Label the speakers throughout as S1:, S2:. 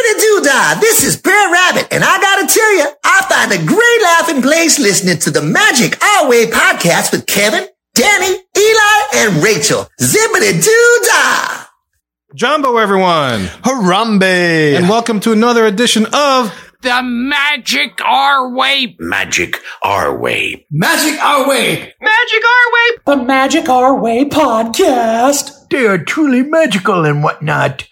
S1: Hi, this is Prayer Rabbit, and I gotta tell you, I find a great laughing place listening to the Magic Our Way podcast with Kevin, Danny, Eli, and Rachel. Zippity doo dah!
S2: Jumbo, everyone,
S3: Harambe!
S2: and welcome to another edition of
S4: the magic our way.
S5: magic our way.
S6: The Magic Our Way podcast.
S7: They are truly magical and whatnot.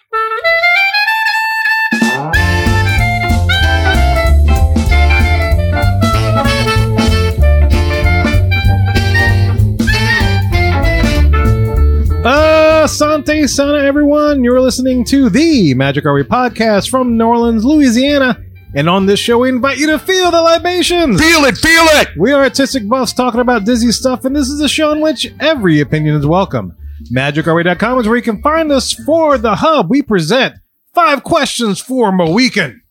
S2: Asante Sana, everyone. You're listening to the Magic Our Way podcast from New Orleans, Louisiana. And on this show, we invite you to feel the libations.
S3: Feel it, feel it!
S2: We are artistic buffs talking about dizzy stuff, and this is a show in which every opinion is welcome. MagicRway.com is where you can find us for the hub. We present five questions for Mohican.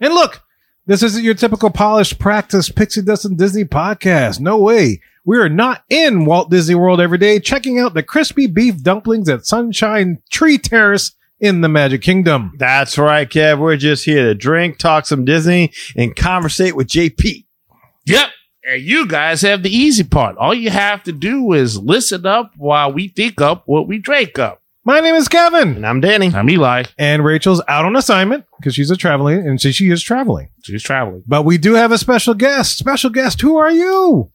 S2: And look, this isn't your typical polished practice pixie dust and Disney podcast. No way. We are not in Walt Disney World every day checking out the crispy beef dumplings at Sunshine Tree Terrace in the Magic Kingdom.
S3: That's right, Kev. We're just here to drink, talk some Disney, and conversate with JP.
S4: Yep. And you guys have the easy part. All you have to do is listen up while we think up what we drink up.
S2: My name is Kevin.
S3: And I'm Danny.
S4: I'm Eli.
S2: And Rachel's out on assignment because she's a traveling and she, she is traveling.
S4: She's traveling.
S2: But we do have a special guest. Special guest, who are you?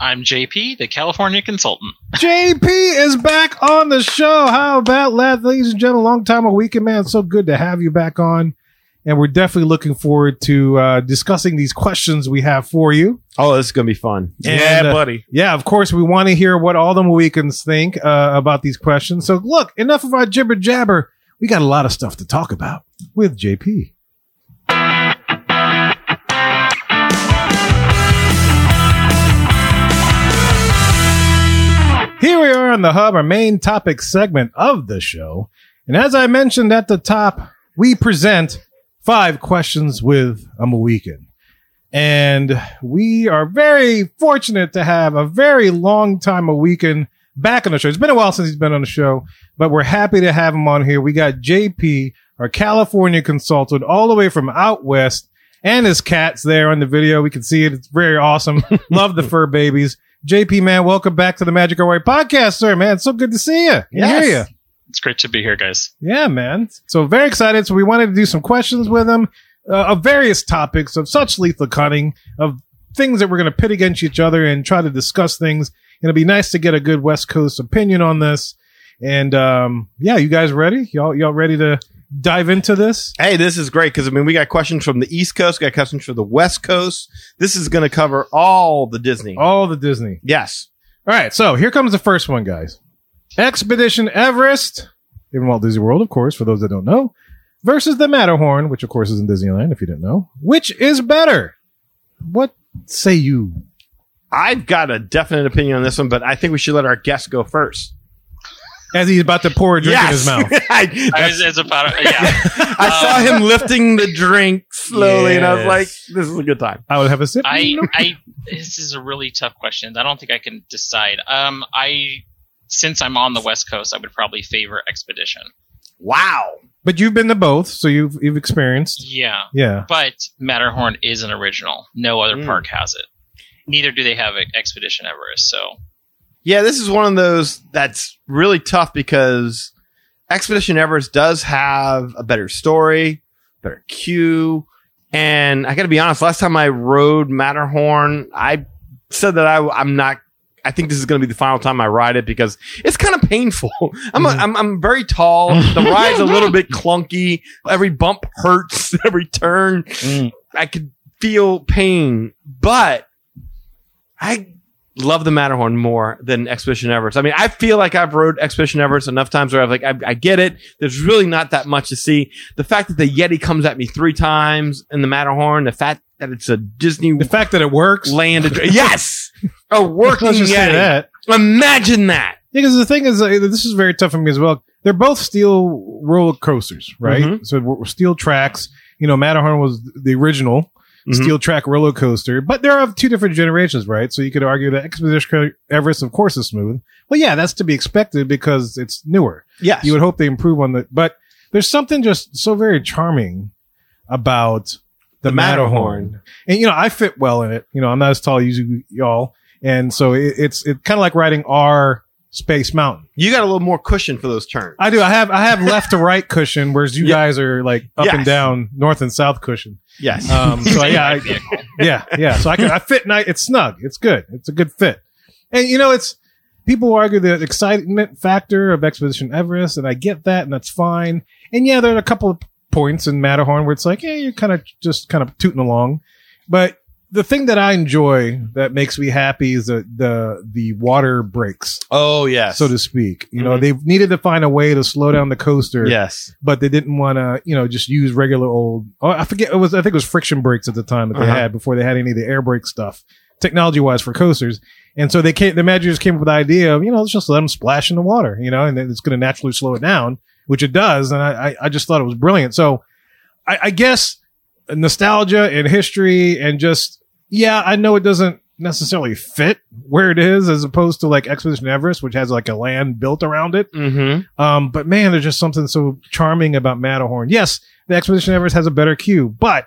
S8: I'm JP, the California consultant.
S2: JP is back on the show. How about that, ladies and gentlemen? Long time a weekend, man. It's so good to have you back on. And we're definitely looking forward to uh, discussing these questions we have for you.
S3: Oh, this is going to be fun.
S2: Yeah, And, uh,
S4: buddy.
S2: Yeah, of course, we want to hear what all the Mohicans think uh, about these questions. So, look, enough of our jibber jabber. We got a lot of stuff to talk about with JP. Here we are on the hub, our main topic segment of the show. And as I mentioned at the top, we present five questions with a Mohican. And we are very fortunate to have a very long time a weekend back on the show. It's been a while since he's been on the show, but we're happy to have him on here. We got JP, our California consultant, all the way from out west, and his cat's there on the video. We can see it. It's very awesome. Love the fur babies. JP, man, welcome back to the Magic Away podcast, sir, man. It's so good to see you. Yeah,
S3: Yes.
S2: hear you.
S8: It's great to be here, guys.
S2: Yeah, man. So very excited. So we wanted to do some questions with him uh, of various topics of such lethal cunning, of things that we're going to pit against each other and try to discuss things. And it'd be nice to get a good West Coast opinion on this. And um, yeah, you guys ready? Y'all, y'all ready to dive into this?
S3: Hey, this is great because, I mean, we got questions from the East Coast, we got questions from the West Coast. This is going to cover all the Disney.
S2: All the Disney.
S3: Yes.
S2: All right, so here comes the first one, guys. Expedition Everest in Walt Disney World, of course, for those that don't know, versus the Matterhorn, which of course is in Disneyland, if you didn't know. Which is better? What say you?
S3: I've got a definite opinion on this one, but I think we should let our guest go first.
S2: As he's about to pour a drink in his mouth.
S3: I,
S8: I was, it's about yeah.
S3: I saw him lifting the drink slowly, and I was
S2: Yes.
S3: like, this is a good time.
S2: I would have a sip.
S8: I, I this is a really tough question. I don't think I can decide. Um, I since I'm on the West Coast, I would probably favor Expedition.
S3: Wow.
S2: but you've been to both, so you've you've experienced.
S8: Yeah,
S2: Yeah.
S8: but Matterhorn is an original. No other
S3: Mm.
S8: park has it. Neither do they have Expedition Everest. So
S3: Yeah, this is one of those that's really tough because Expedition Everest does have a better story, better queue. And I got to be honest, last time I rode Matterhorn, I said that I, I'm not. I think this is going to be the final time I ride it because it's kind of painful. I'm, a, I'm I'm very tall. The ride's a little bit clunky. Every bump hurts. Every turn, I could feel pain. But I love the Matterhorn more than Expedition Everest. I mean, I feel like I've rode Expedition Everest enough times where I've like, I, I get it. There's really not that much to see. The fact that the Yeti comes at me three times in the Matterhorn, the fact that it's a Disney
S2: The fact that it works.
S3: land, yes, a working
S2: Let's just say
S3: Yeti.
S2: that.
S3: Imagine that.
S2: Because the thing is, uh, this is very tough for me as well. They're both steel roller coasters, right?
S3: Mhm.
S2: So we're, we're steel tracks. You know, Matterhorn was the original
S3: Mhm.
S2: steel track roller coaster, but they're of two different generations, right? So you could argue that Expedition Everest, of course, is smooth. Well, yeah, that's to be expected because it's newer.
S3: Yes.
S2: You would hope they improve on the, but there's something just so very charming about the, Matterhorn. and you know I fit well in it. You know I'm not as tall as you y'all, and so it, it's it kind of like riding our Space Mountain.
S3: You got a little more cushion for those turns.
S2: I do. I have I have left to right cushion, whereas you
S3: Yeah.
S2: guys are like up and
S3: Yes.
S2: down, north and south cushion.
S3: yes.
S2: Um, so yeah, I,
S8: vehicle.
S2: yeah, yeah. So I can I fit night. It's snug. It's good. It's a good fit. And you know, it's people argue the excitement factor of Expedition Everest, and I get that, and that's fine. And yeah, there are a couple of points in Matterhorn where it's like, yeah, you're kind of just kind of tooting along. But the thing that I enjoy that makes me happy is the the the water breaks,
S3: oh yes.
S2: so to speak. You know,
S3: Mhm.
S2: they needed to find a way to slow down the coaster
S3: yes.
S2: but they didn't want to, you know, just use regular old. Oh, I forget it was. I think it was friction brakes at the time that they
S3: Uh-huh.
S2: had before they had any of the air brake stuff, technology wise for coasters. And so they came. The managers came up with the idea of, you know, let's just let them splash in the water, you know, and then it's going to naturally slow it down, which it does. And I, I, I just thought it was brilliant. So I, I guess nostalgia and history and just yeah, I know it doesn't necessarily fit where it is as opposed to like Expedition Everest, which has like a land built around it.
S3: Mm-hmm.
S2: Um, but man, there's just something so charming about Matterhorn. Yes, the Expedition Everest has a better queue, but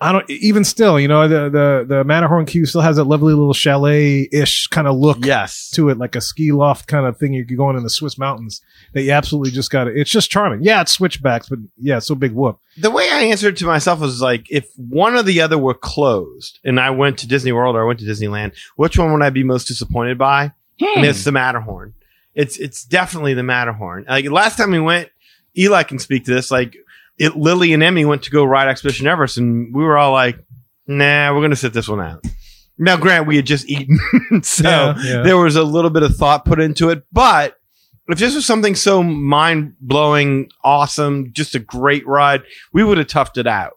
S2: I don't even still, you know, the the the Matterhorn queue still has that lovely little chalet-ish kind of look
S3: Yes.
S2: to it, like a ski loft kind of thing you could go in in the Swiss mountains that you absolutely just got to. It's just charming. Yeah, it's switchbacks, but yeah, it's so big whoop.
S3: the way I answered to myself was like, if one or the other were closed, and I went to Disney World or I went to Disneyland, which one would I be most disappointed by? And it's the Matterhorn. It's it's definitely the Matterhorn. Like last time we went, Eli can speak to this. Like it, Lily and Emmy went to go ride Expedition Everest, and we were all like, "Nah, we're gonna sit this one out." Now, Grant, we had just eaten, so
S2: yeah.
S3: there was a little bit of thought put into it, but if this was something so mind blowing, awesome, just a great ride, we would have toughed it out.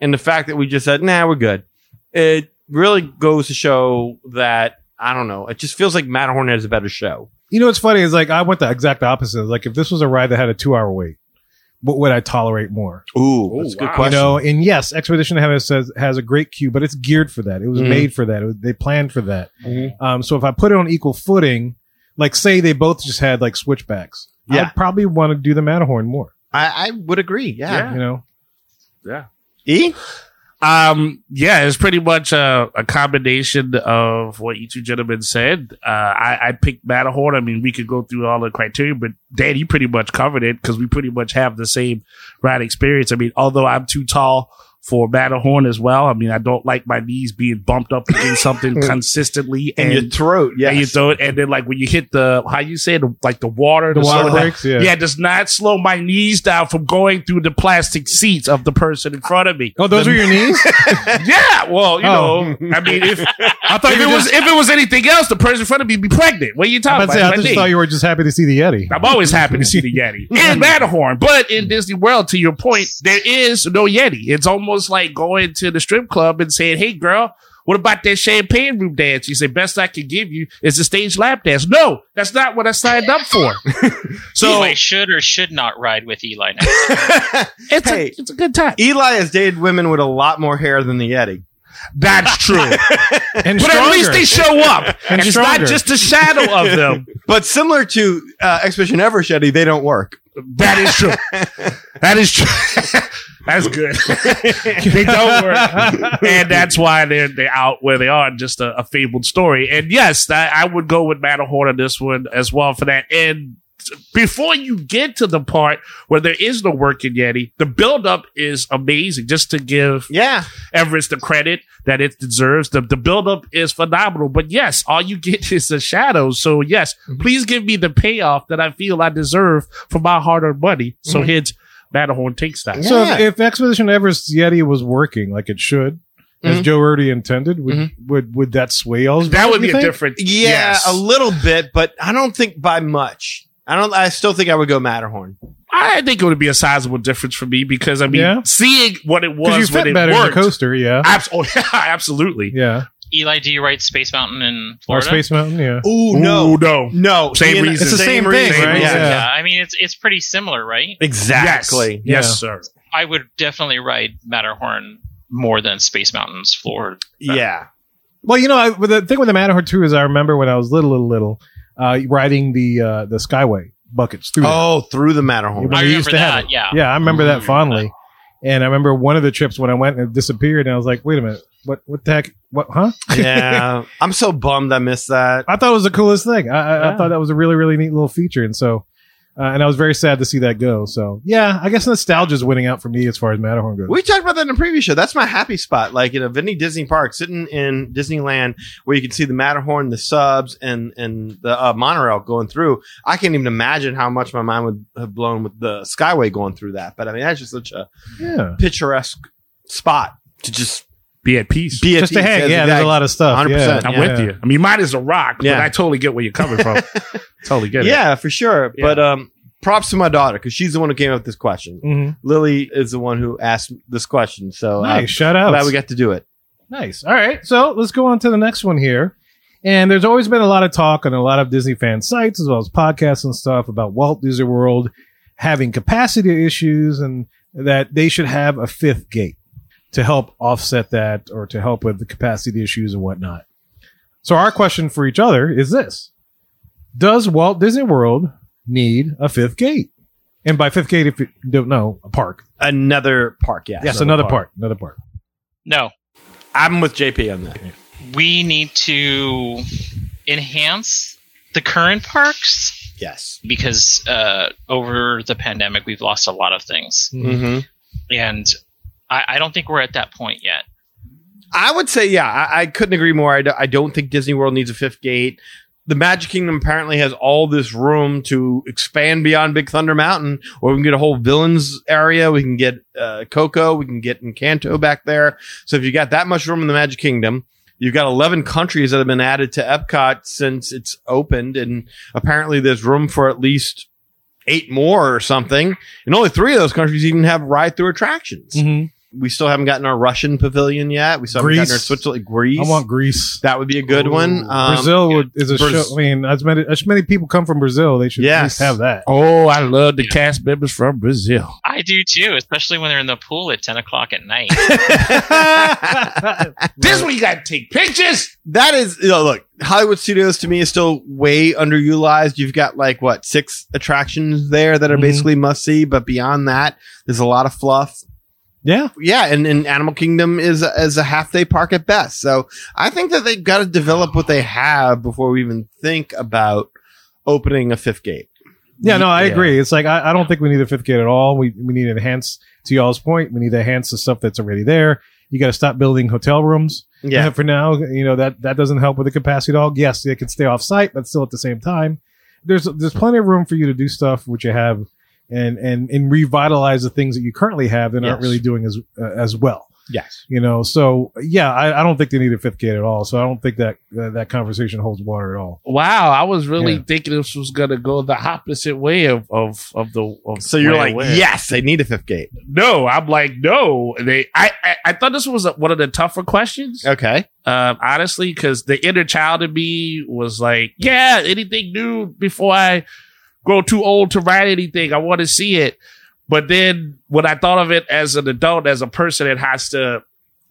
S3: And the fact that we just said, nah, we're good, it really goes to show that, I don't know, it just feels like Matterhorn has a better show.
S2: You know what's funny is like I went the exact opposite. Like if this was a ride that had a two-hour wait, what would I tolerate more?
S3: Ooh, that's a good
S4: wow.
S3: question.
S2: You know, and yes, Expedition Heaven says has a great queue, but it's geared for that. It was
S4: Mm-hmm.
S3: Mhm.
S2: made for that. It was, they planned for that.
S3: Mhm.
S2: Um, so if I put it on equal footing, like say they both just had like switchbacks,
S3: Yeah.
S2: I'd probably want to do the Matterhorn more.
S3: I, I would agree. Yeah.
S2: You know,
S3: E?
S4: Um, yeah, it's pretty much a, a combination of what you two gentlemen said. Uh, I, I picked Matterhorn. I mean, we could go through all the criteria, but Dan, you pretty much covered it because we pretty much have the same ride experience. I mean, although I'm too tall for Matterhorn as well. I mean, I don't like my knees being bumped up against something consistently
S3: And,
S4: and,
S3: your throat. Yeah.
S4: and you throw it. And then like when you hit the, how you say it, like the water,
S2: the
S4: the
S2: water
S4: sort of-
S2: breaks. Yeah.
S4: yeah, does not slow my knees down from going through the plastic seats of the person in front of me.
S2: Oh, those are your knees.
S4: Yeah, well, you
S2: Oh.
S4: know, I mean, if,
S2: I thought
S4: if
S2: you
S4: it
S2: were
S4: was
S2: just-
S4: if it was anything else, the person in front of me would be pregnant. What are you
S2: I,
S4: talking
S2: was about
S4: about?
S2: to say, I
S4: My
S2: just
S4: knee.
S2: thought you were just happy to see the Yeti.
S4: I'm always happy to see the Yeti in Matterhorn, but in Disney World, to your point, there is no Yeti. It's almost like going to the strip club and saying, "Hey, girl." What about that champagne room dance? You say best I can give you is a stage lap dance. No, that's not what I signed up for.
S8: So
S4: so
S8: I should or should not ride with Eli now.
S4: it's a
S3: Hey.
S4: it's a good time.
S3: Eli has dated women with a lot more hair than the Yeti.
S4: That's true.
S2: And
S4: But at
S2: stronger.
S4: least they show up.
S2: And
S4: and it's
S2: stronger.
S4: not just a shadow of them.
S3: But similar to uh, Expedition Everest Yeti, they don't work.
S4: That is true. That is true. that's good. they don't work. And that's why they're, they're out where they are, just a, a fabled story. And yes, I, I would go with Matterhorn on this one as well for that. And before you get to the part where there is no working Yeti, the buildup is amazing. Just to give
S3: Yeah.
S4: Everest the credit that it deserves. The, the buildup is phenomenal. But yes, all you get is the shadows. So yes,
S2: Mhm.
S4: please give me the payoff that I feel I deserve for my hard earned money.
S2: Mhm.
S4: So hence Matterhorn takes that.
S2: So
S3: Yeah.
S2: if, if Expedition Everest Yeti was working like it should, as Joe Erdy intended, would, would would that sway all?
S4: Mm-hmm. That would be a
S2: different.
S4: different.
S3: Yeah,
S4: yes.
S3: a little bit, but I don't think by much. I don't. I still think I would go Matterhorn.
S4: I think it would be a sizable difference for me because I mean,
S2: Yeah.
S4: seeing what it
S2: Because you
S4: was
S2: fit
S4: when it
S2: better in
S4: worked.
S2: the coaster, yeah.
S4: Abs- oh, yeah, absolutely.
S2: yeah.
S8: Eli, do you ride Space Mountain in
S2: Or
S8: Florida?
S2: Space Mountain, yeah.
S3: Ooh,
S4: Ooh, no.
S3: no,
S4: Same
S3: Ian,
S4: reason. It's the
S2: same thing, right?
S8: yeah.
S3: Yeah.
S2: Yeah.
S8: I mean it's it's pretty similar, right?
S3: exactly.
S4: Yes.
S2: Yeah.
S4: Yes, sir.
S8: I would definitely ride Matterhorn more than Space Mountain's Florida.
S3: Yeah,
S2: Well, you know, I, but the thing with the Matterhorn too is I remember when I was little, little, little, uh, riding the uh, the Skyway buckets through. there.
S3: Oh, through the
S2: You
S3: Matterhorn.
S2: Well,
S8: I
S2: we
S8: remember
S2: used to have
S8: that.
S2: it.
S8: Yeah.
S2: yeah, I remember that fondly. And I remember one of the trips when I went and it disappeared, and I was like, wait a minute, what what the heck? What huh?
S3: yeah, I'm so bummed I missed that.
S2: I thought it was the coolest thing. I, I, I
S3: Yeah.
S2: thought that was a really, really neat little feature. And so, uh, and I was very sad to see that go. So, yeah, I guess nostalgia's winning out for me as far as Matterhorn goes.
S3: We talked about that in a previous show. That's my happy spot, like in a Vinny Disney Park, sitting in Disneyland, where you can see the Matterhorn, the subs, and and the uh, monorail going through. I can't even imagine how much my mind would have blown with the Skyway going through that. But I mean, that's just such a
S2: yeah.
S3: picturesque spot to just
S4: Be at peace.
S3: be at.
S2: Just a hang. Yeah, there's a lot of stuff.
S3: 100%.
S2: Yeah,
S4: I'm
S2: yeah.
S4: with you. I mean, mine is a rock,
S3: Yeah.
S4: but I totally get where you're coming from. totally get it.
S3: Yeah, for sure.
S4: Yeah.
S3: But um, props to my daughter because she's the one who came up with this question.
S2: Mhm.
S3: Lily is the one who asked this question, so uh,
S2: Nice. Shout out.
S3: glad we got to do it.
S2: Nice. All right. So let's go on to the next one here. And there's always been a lot of talk on a lot of Disney fan sites as well as podcasts and stuff about Walt Disney World having capacity issues and that they should have a fifth gate to help offset that or to help with the capacity issues and whatnot. So our question for each other is this. Does Walt Disney World need a fifth gate? And by fifth gate, if you don't know, a park.
S3: Another park, yeah.
S2: Yes, another park. Another park.
S8: No,
S3: I'm with JP on that.
S8: we need to enhance the current parks
S3: Yes.
S8: because uh, over the pandemic we've lost a lot of things,
S3: Mm-hmm.
S8: and I, I don't think we're at that point yet.
S3: I would say, yeah, I, I couldn't agree more. I, do, not think Disney World needs a fifth gate. The Magic Kingdom apparently has all this room to expand beyond Big Thunder Mountain, where we can get a whole villains area. We can get uh, Coco. We can get Encanto back there. So if you got that much room in the Magic Kingdom, you've got 11 countries that have been added to Epcot since it's opened. And apparently there's room for at least eight more or something. And only three of those countries even have ride through attractions.
S2: Mm-hmm.
S3: We still haven't gotten our Russian pavilion yet. We still haven't
S2: Greece.
S3: gotten our Switzerland, Greece.
S2: I want Greece.
S3: that would be a good one. Um,
S2: Brazil would, is a
S3: Braz-
S2: show. I mean, as many as many people come from Brazil, they should at least
S3: Yes.
S2: have that.
S4: Oh, I love the cast members from Brazil.
S8: I do too, especially when they're in the pool at ten o'clock at night.
S4: This one you got to take pictures.
S3: that is, you know, look, Hollywood Studios to me is still way underutilized. You've got like what six attractions there that are
S2: Mhm.
S3: basically must see, but beyond that, there's a lot of fluff.
S2: Yeah,
S3: Yeah, and, and Animal Kingdom is a- is a half day park at best. So I think that they've got to develop what they have before we even think about opening a fifth gate.
S2: yeah. No, I
S4: Yeah.
S2: agree. It's like I, I don't think we need a fifth gate at all. We we need to enhance to y'all's point. We need to enhance the stuff that's already there. You got to stop building hotel rooms.
S3: Yeah,
S2: for now, you know that that doesn't help with the capacity at all. Yes, it can stay off site, but still at the same time, there's there's plenty of room for you to do stuff which you have and and and revitalize the things that you currently have that aren't
S3: Yes.
S2: really doing as uh, as well.
S3: yes.
S2: you know so yeah I, I don't think they need a fifth gate at all so i don't think that that that conversation holds water at all
S4: Wow, I was really
S2: Yeah.
S4: thinking this was gonna go the opposite way of of of the. Of
S3: So you're
S4: way
S3: like,
S4: it went.
S3: yes, they need a fifth gate.
S4: no. I'm like, no. They, I, I, I thought this was one of the tougher questions.
S3: Okay.
S4: um, honestly, because the inner child in me was like, yeah, anything new before I grow too old to write anything, I want to see it. But then when I thought of it as an adult, as a person that has to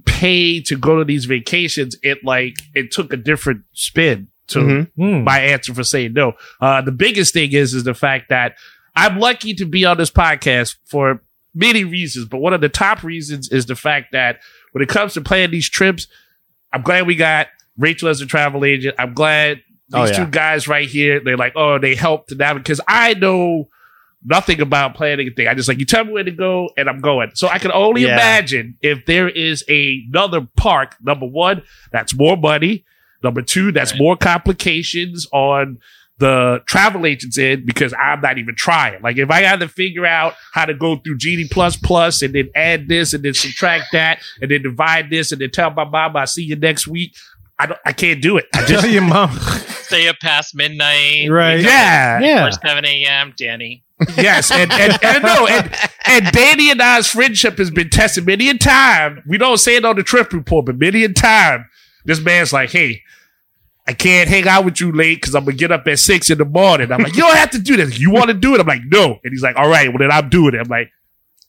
S4: pay to go to these vacations, it like it took a different spin to
S3: Mhm.
S4: my answer for saying no. Uh, the biggest thing is is the fact that I'm lucky to be on this podcast for many reasons, but one of the top reasons is the fact that when it comes to planning these trips, I'm glad we got Rachel as a travel agent. I'm glad
S3: Oh,
S4: these
S3: yeah.
S4: two guys right here. They're like, oh, they helped to navigate because I know nothing about planning a thing. I just like you tell me where to go and I'm going. So I can only
S3: Yeah.
S4: imagine if there is another park. Number one, that's more money. Number two, that's
S8: Right.
S4: more complications on the travel agents end because I'm not even trying. Like if I had to figure out how to go through GD plus plus and then add this and then subtract that and then divide this and then tell my mom I see you next week. I don't, I can't do it. I
S2: tell
S4: just
S2: your mom
S8: Stay up past midnight,
S2: Right.
S4: yeah
S2: yeah
S8: or seven a.m. Danny.
S4: yes and and, and no and and Danny and I's friendship has been tested many a time. We don't say it on the trip report, but many a time this man's like, hey. I can't hang out with you late because I'm gonna get up at six in the morning. I'm like, you don't have to do this. You want to do it? I'm like, no. And he's like, all right, well then I'm doing it. I'm like,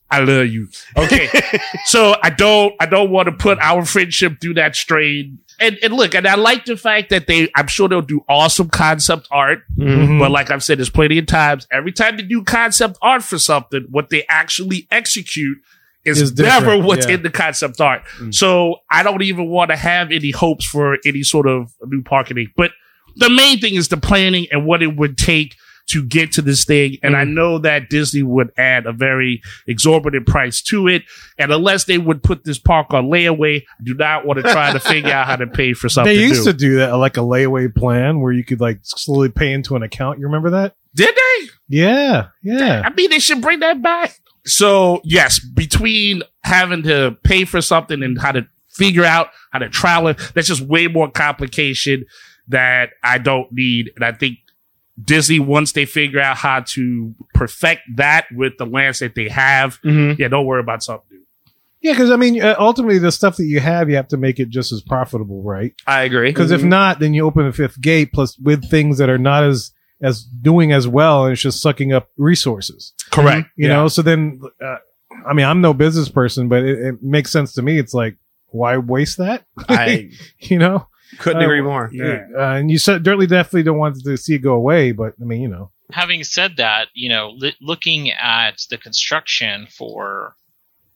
S4: I love you. Okay, so I don't, I don't want to put our friendship through that strain. And and look, and I like the fact that they, I'm sure they'll do awesome concept art.
S2: Mhm.
S4: But like I've said, there's plenty of times. Every time they do concept art for something, what they actually execute It's
S2: Is different,
S4: never what's
S2: yeah. Mm.
S4: in the concept art. So I don't even want to have any hopes for any sort of new marketing. But the main thing is the planning and what it would take to get to this thing. And
S2: Mm.
S4: I know that Disney would add a very exorbitant price to it. And unless they would put this park on layaway, I do not want to try to figure out how to pay for something.
S2: They used
S4: new.
S2: to do that, like a layaway plan where you could like slowly pay into an account. You remember that?
S4: Did they?
S2: Yeah, yeah.
S4: I mean, they should bring that back. So yes, between having to pay for something and how to figure out how to trial it, that's just way more complication that I don't need. And I think Disney, once they figure out how to perfect that with the lands that they have,
S3: Mm-hmm.
S4: yeah, don't worry about something. new.
S2: Yeah, because I mean, uh, ultimately, the stuff that you have, you have to make it just as profitable, right?
S3: I agree.
S2: Because if not, then you open a fifth gate, plus with things that are not as as doing as well, and it's just sucking up resources.
S4: Correct.
S2: You know, so then, uh, I mean, I'm no business person, but it, it makes sense to me. It's like, why waste that?
S3: I
S2: You know,
S3: couldn't
S2: Uh,
S3: agree more.
S4: Yeah.
S2: uh, and you said Dirtly definitely don't want to see it go away, but I mean, you know,
S8: having said that, you know, li- looking at the construction for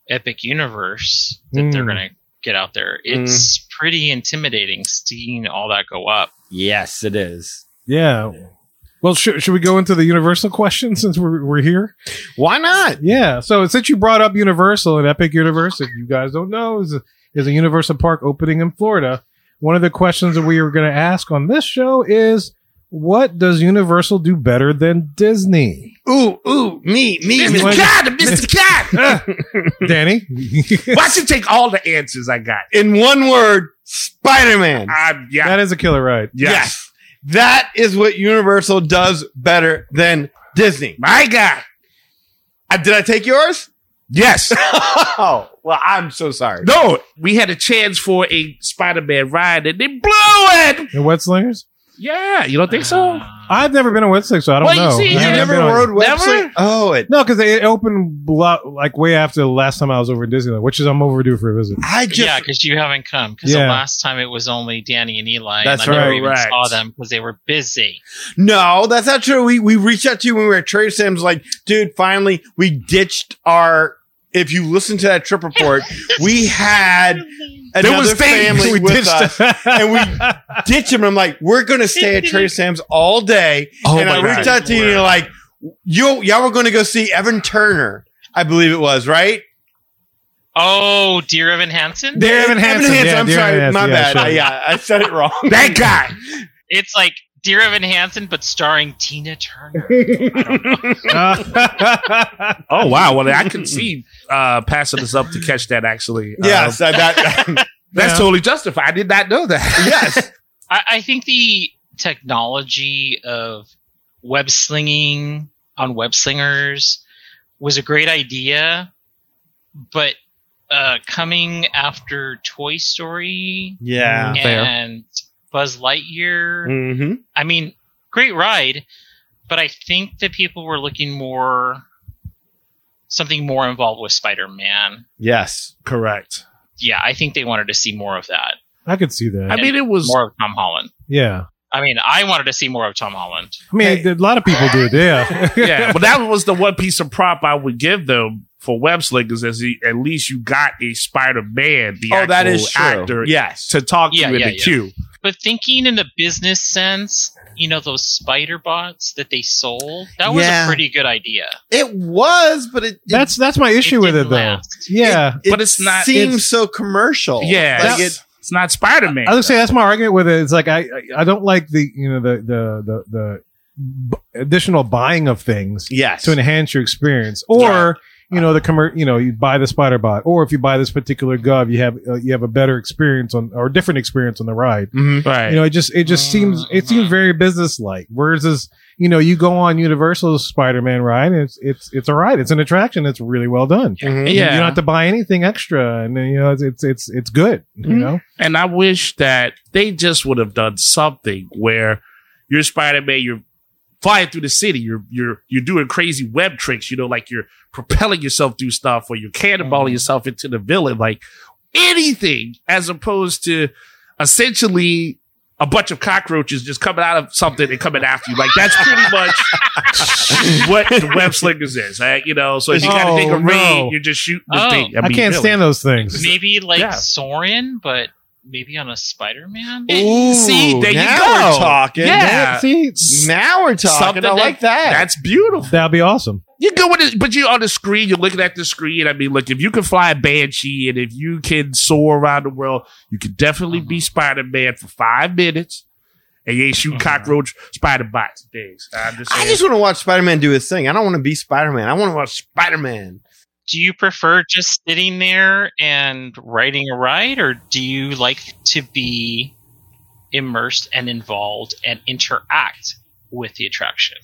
S8: Epic Universe that they're
S2: Mm.
S8: going to get out there, it's pretty intimidating seeing all that go up.
S3: Yes, it is.
S2: yeah. Well, should, should we go into the universal question since we're, we're here?
S3: Why not?
S2: Yeah. So since you brought up Universal and Epic Universe, if you guys don't know, is a, is a Universal Park opening in Florida. One of the questions that we were going to ask on this show is, what does Universal do better than Disney?
S3: Ooh, ooh, me, me,
S2: Mr.
S3: me.
S2: Cat.
S4: God, Mr. Cat,
S2: Danny,
S4: why should take all the answers I got?
S3: In one word, Spider Man.
S4: I, yeah,
S2: that is a killer ride.
S4: Uh, yes,
S3: That is what Universal does better than Disney.
S4: my God,
S3: Uh, did I take yours?
S4: yes.
S3: oh, well, I'm so sorry.
S4: No, we had a chance for a Spider-Man ride and they blew it.
S2: And wet slingers?
S4: Yeah, you don't think so?
S2: I've never been a wet slinger, so I don't
S4: Well, you
S2: know.
S4: see,
S2: I
S4: you
S2: haven't
S4: never
S2: been on-
S4: Never?
S3: website. Oh, it.
S2: No, because it opened blo- like way after the last time I was over in Disneyland, which is I'm overdue for a visit.
S3: I just
S8: yeah, because you haven't come. Because the
S2: Yeah.
S8: last time it was only Danny and Eli,
S3: That's
S8: and I never
S4: right.
S8: even
S4: Correct.
S8: saw them because they were busy.
S3: no, that's not true. We we reached out to you when we were at Trader Sam's. Like, dude, finally we ditched our. If you listen to that trip report, we had another
S2: things
S3: family with us, and we ditched them. I'm like, we're gonna stay at Trader Sam's all day.
S4: Oh
S3: and I reached out to you, and you're like, you y'all were going to go see Evan Turner, I believe it was, right?
S8: Oh, dear Evan Hansen.
S2: Dear Evan Hansen, yeah,
S3: I'm
S2: Dear
S3: sorry,
S2: Evan
S3: my
S2: Hansen, yeah,
S3: bad. I-
S2: sure.
S3: Yeah, I said it wrong.
S4: That guy.
S8: It's like Dear Evan Hansen, but starring Tina Turner.
S4: Oh wow. Well, I can see uh, passing this up to catch that. Actually, Uh,
S3: yes, I, that,
S4: that's
S2: Yeah.
S4: totally justified. I did not know that.
S3: yes.
S8: I, I think the technology of web slinging on web slingers was a great idea, but uh, coming after Toy Story
S3: Yeah.
S8: and Buzz Lightyear,
S3: Mm-hmm.
S8: I mean, great ride, but I think that people were looking more something more involved with Spider Man.
S3: Yes.
S4: Correct.
S8: Yeah, I think they wanted to see more of that,
S2: I could see that.
S4: I mean, it was.
S8: more of Tom Holland.
S2: yeah.
S8: I mean, I wanted to see more of Tom Holland.
S2: I mean,
S3: Hey.
S2: a lot of people do it. Yeah.
S4: Yeah, but that was the one piece of prop I would give them for web slingers. Is the, at least you got a Spider-Man, the
S3: Oh, that
S4: actual
S3: is true.
S4: actor,
S3: Yes.
S4: to talk to
S8: Yeah,
S4: in
S8: yeah,
S4: the
S8: yeah.
S4: queue.
S8: But thinking in a business sense, you know, those spider bots that they sold, that was
S3: Yeah.
S8: a pretty good idea.
S3: It was, but it, it-
S2: That's that's my issue with it
S8: didn't
S2: though.
S8: last.
S2: Yeah.
S3: it
S4: But it's not-
S3: seems
S4: it's-
S3: so commercial.
S4: Yeah,
S3: Like
S4: it's, it's not Spider-Man.
S2: I would say that's my argument with it. It's like I I- I don't like the you know the the the, the b- additional buying of things
S3: it- yes.
S2: to enhance your experience or you know the commer- you know you buy the spider bot or if you buy this particular gov you have uh, you have a better experience on or different experience on the ride.
S3: Mhm.
S4: right.
S2: You know, it just it just seems it seems very business like. Versus, you know, you go on Universal's Spider Man ride, and it's it's it's a ride. It's an attraction. It's really well done.
S3: Mhm.
S2: You-
S4: yeah.
S2: You don't have to buy anything extra, and you know it's it's it's, it's good. You
S4: Mm-hmm.
S3: Mhm.
S2: know,
S4: And I wish that they just would have done something where you're Spider Man, you're flying through the city, you're you're you're doing crazy web tricks, you know, like you're propelling yourself through stuff or you're cannonballing
S2: Mm-hmm.
S4: yourself into the villain, like anything, as opposed to essentially a bunch of cockroaches just coming out of something and coming after you. Like that's pretty much what the web slingers is. Like, you know, so if you gotta
S2: Oh,
S4: take a
S2: no.
S4: raid, you're just shooting the
S8: Oh.
S4: thing.
S2: I,
S4: mean,
S2: can't
S4: really.
S2: stand those things.
S8: Maybe like
S4: Yeah.
S8: Soren, but maybe on a Spider Man.
S3: Ooh,
S4: See, there you
S3: now
S4: go.
S3: we're talking.
S4: Yeah.
S2: See,
S3: Now we're talking.
S4: Something
S3: I
S4: that-
S3: like that.
S4: That's beautiful.
S2: that'd be awesome.
S4: You go with it, but you on the screen, you're looking at the screen. I mean, look, if you can fly a banshee and if you can soar around the world, you can definitely be
S2: Mm-hmm.
S4: Spider Man for five minutes and you ain't shoot cockroach spider bites and things. I'm just
S3: I
S4: saying.
S3: just want to watch Spider Man do his thing. I don't want to be Spider Man. I want to watch Spider Man.
S8: Do you prefer just sitting there and writing a ride, or do you like to be immersed and involved and interact with the attraction?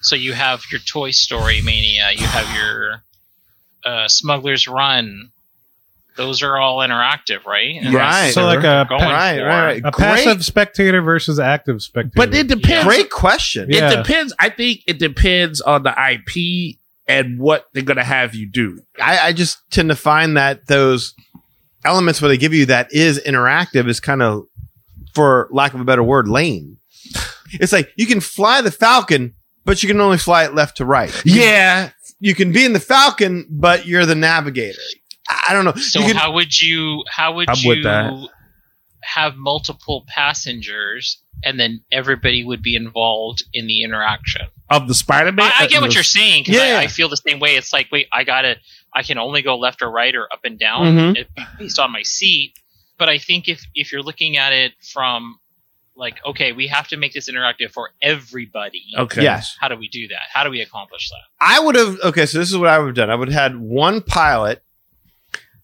S8: So you have your Toy Story Mania, you have your uh, Smuggler's Run. Those are all interactive, right? And that's
S3: Right.
S2: So like a,
S8: Going
S2: pa-
S3: Right,
S8: for.
S3: right, right.
S2: a
S3: Great-
S2: passive spectator versus active spectator.
S4: but it depends.
S3: Great question.
S2: Yeah.
S4: It depends. I think it depends on the IP and what they're gonna have you do.
S3: I, I just tend to find that those elements where they give you that is interactive is kind of, for lack of a better word, lame. It's like you can fly the Falcon, but you can only fly it left to right.
S4: Yeah,
S3: You can be in the Falcon, but you're the navigator. I I don't know.
S8: So
S3: You can-
S8: how would you how would
S4: I'm
S8: you
S4: with that.
S8: have multiple passengers and then everybody would be involved in the interaction?
S4: of the Spider Man.
S8: I, I get what you're saying because
S3: Yeah.
S8: I, I feel the same way. It's like, wait, I gotta, I can only go left or right or up and down
S4: Mm-hmm.
S3: Mhm.
S8: if- based on my seat. But I think if if you're looking at it from like, okay, we have to make this interactive for everybody.
S4: Okay.
S3: Yes.
S8: How do we do that? How do we accomplish that?
S3: I would have okay. So this is what I would have done. I would have had one pilot,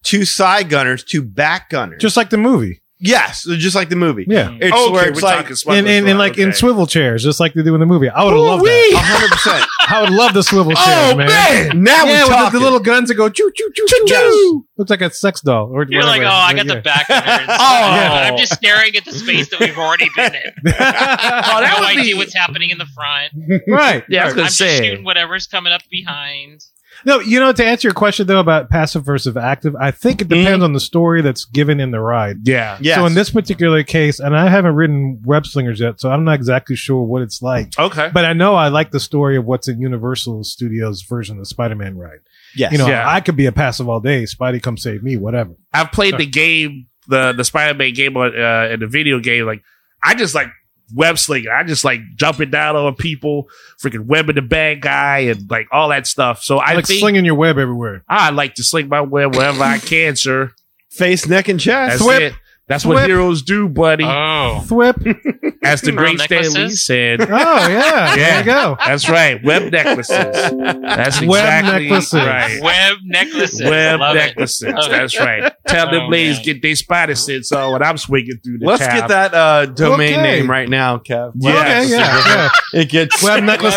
S3: two side gunners, two back gunners.
S2: just like the movie.
S3: yes, just like the movie.
S2: Yeah.
S3: It's
S4: Okay,
S3: where
S4: we're
S3: it's like
S4: talking Smuggler's
S2: And, and, and
S4: Run,
S2: like in
S4: okay.
S2: swivel chairs, just like they do in the movie. I would have loved that.
S3: one hundred percent.
S2: I would love the swivel chairs,
S3: Oh
S2: man.
S3: man!
S2: Yeah,
S3: Now we're
S2: with
S3: talking.
S2: the, the little guns that go choo choo choo choo. choo. Looks like a sex doll. Or
S8: You're like,
S2: whatever.
S8: oh, I got
S2: Yeah.
S8: the back. There. oh,
S3: yeah.
S8: I'm just staring at the space that we've already been in.
S4: Oh,
S8: I
S4: that
S8: have no
S4: would be-
S8: idea what's happening in the front.
S2: right.
S4: Yeah, I was
S8: I'm
S4: gonna
S8: just
S4: say.
S8: shooting whatever's coming up behind.
S2: No, you know, to answer your question though about passive versus active, I think it depends on the story that's given in the ride.
S4: Yeah.
S3: Yes.
S2: So in this particular case, and I haven't ridden web slingers yet, so I'm not exactly sure what it's like.
S4: Okay.
S2: But I know I like the story of what's in Universal Studios version of the Spider-Man ride.
S3: yes.
S2: You know,
S4: Yeah.
S2: I could be a passive all day. Spidey, come save me, whatever.
S4: I've played the game, the the Spider Man game on uh, in the video game. Like I just like web slinging. I just like jumping down on people, freaking webbing the bad guy, and like all that stuff. So I
S2: like
S4: think
S2: slinging your web everywhere.
S4: I like to sling my web wherever I can, sir.
S3: face, neck, and chest.
S4: That's it. That's
S2: Thwip.
S4: what heroes do, buddy.
S8: Oh,
S2: Thwip.
S4: As the
S8: Remember
S4: great Stanley
S8: necklaces?
S2: Oh
S4: said.
S2: yeah, there
S4: Yeah.
S2: you go.
S4: That's right. Web necklaces. That's
S2: Web
S4: exactly
S2: necklaces.
S4: right.
S8: web necklaces.
S4: Web
S8: Love it.
S4: necklaces.
S8: Love it.
S4: That's right. Tell
S8: Oh,
S4: them ladies
S8: man.
S4: get their spider sense on when I'm swinging through the
S3: Let's
S4: town.
S3: get that uh, domain
S2: Okay.
S3: name right now, Kev.
S2: Okay,
S4: Yes.
S2: yeah, yeah.
S3: It gets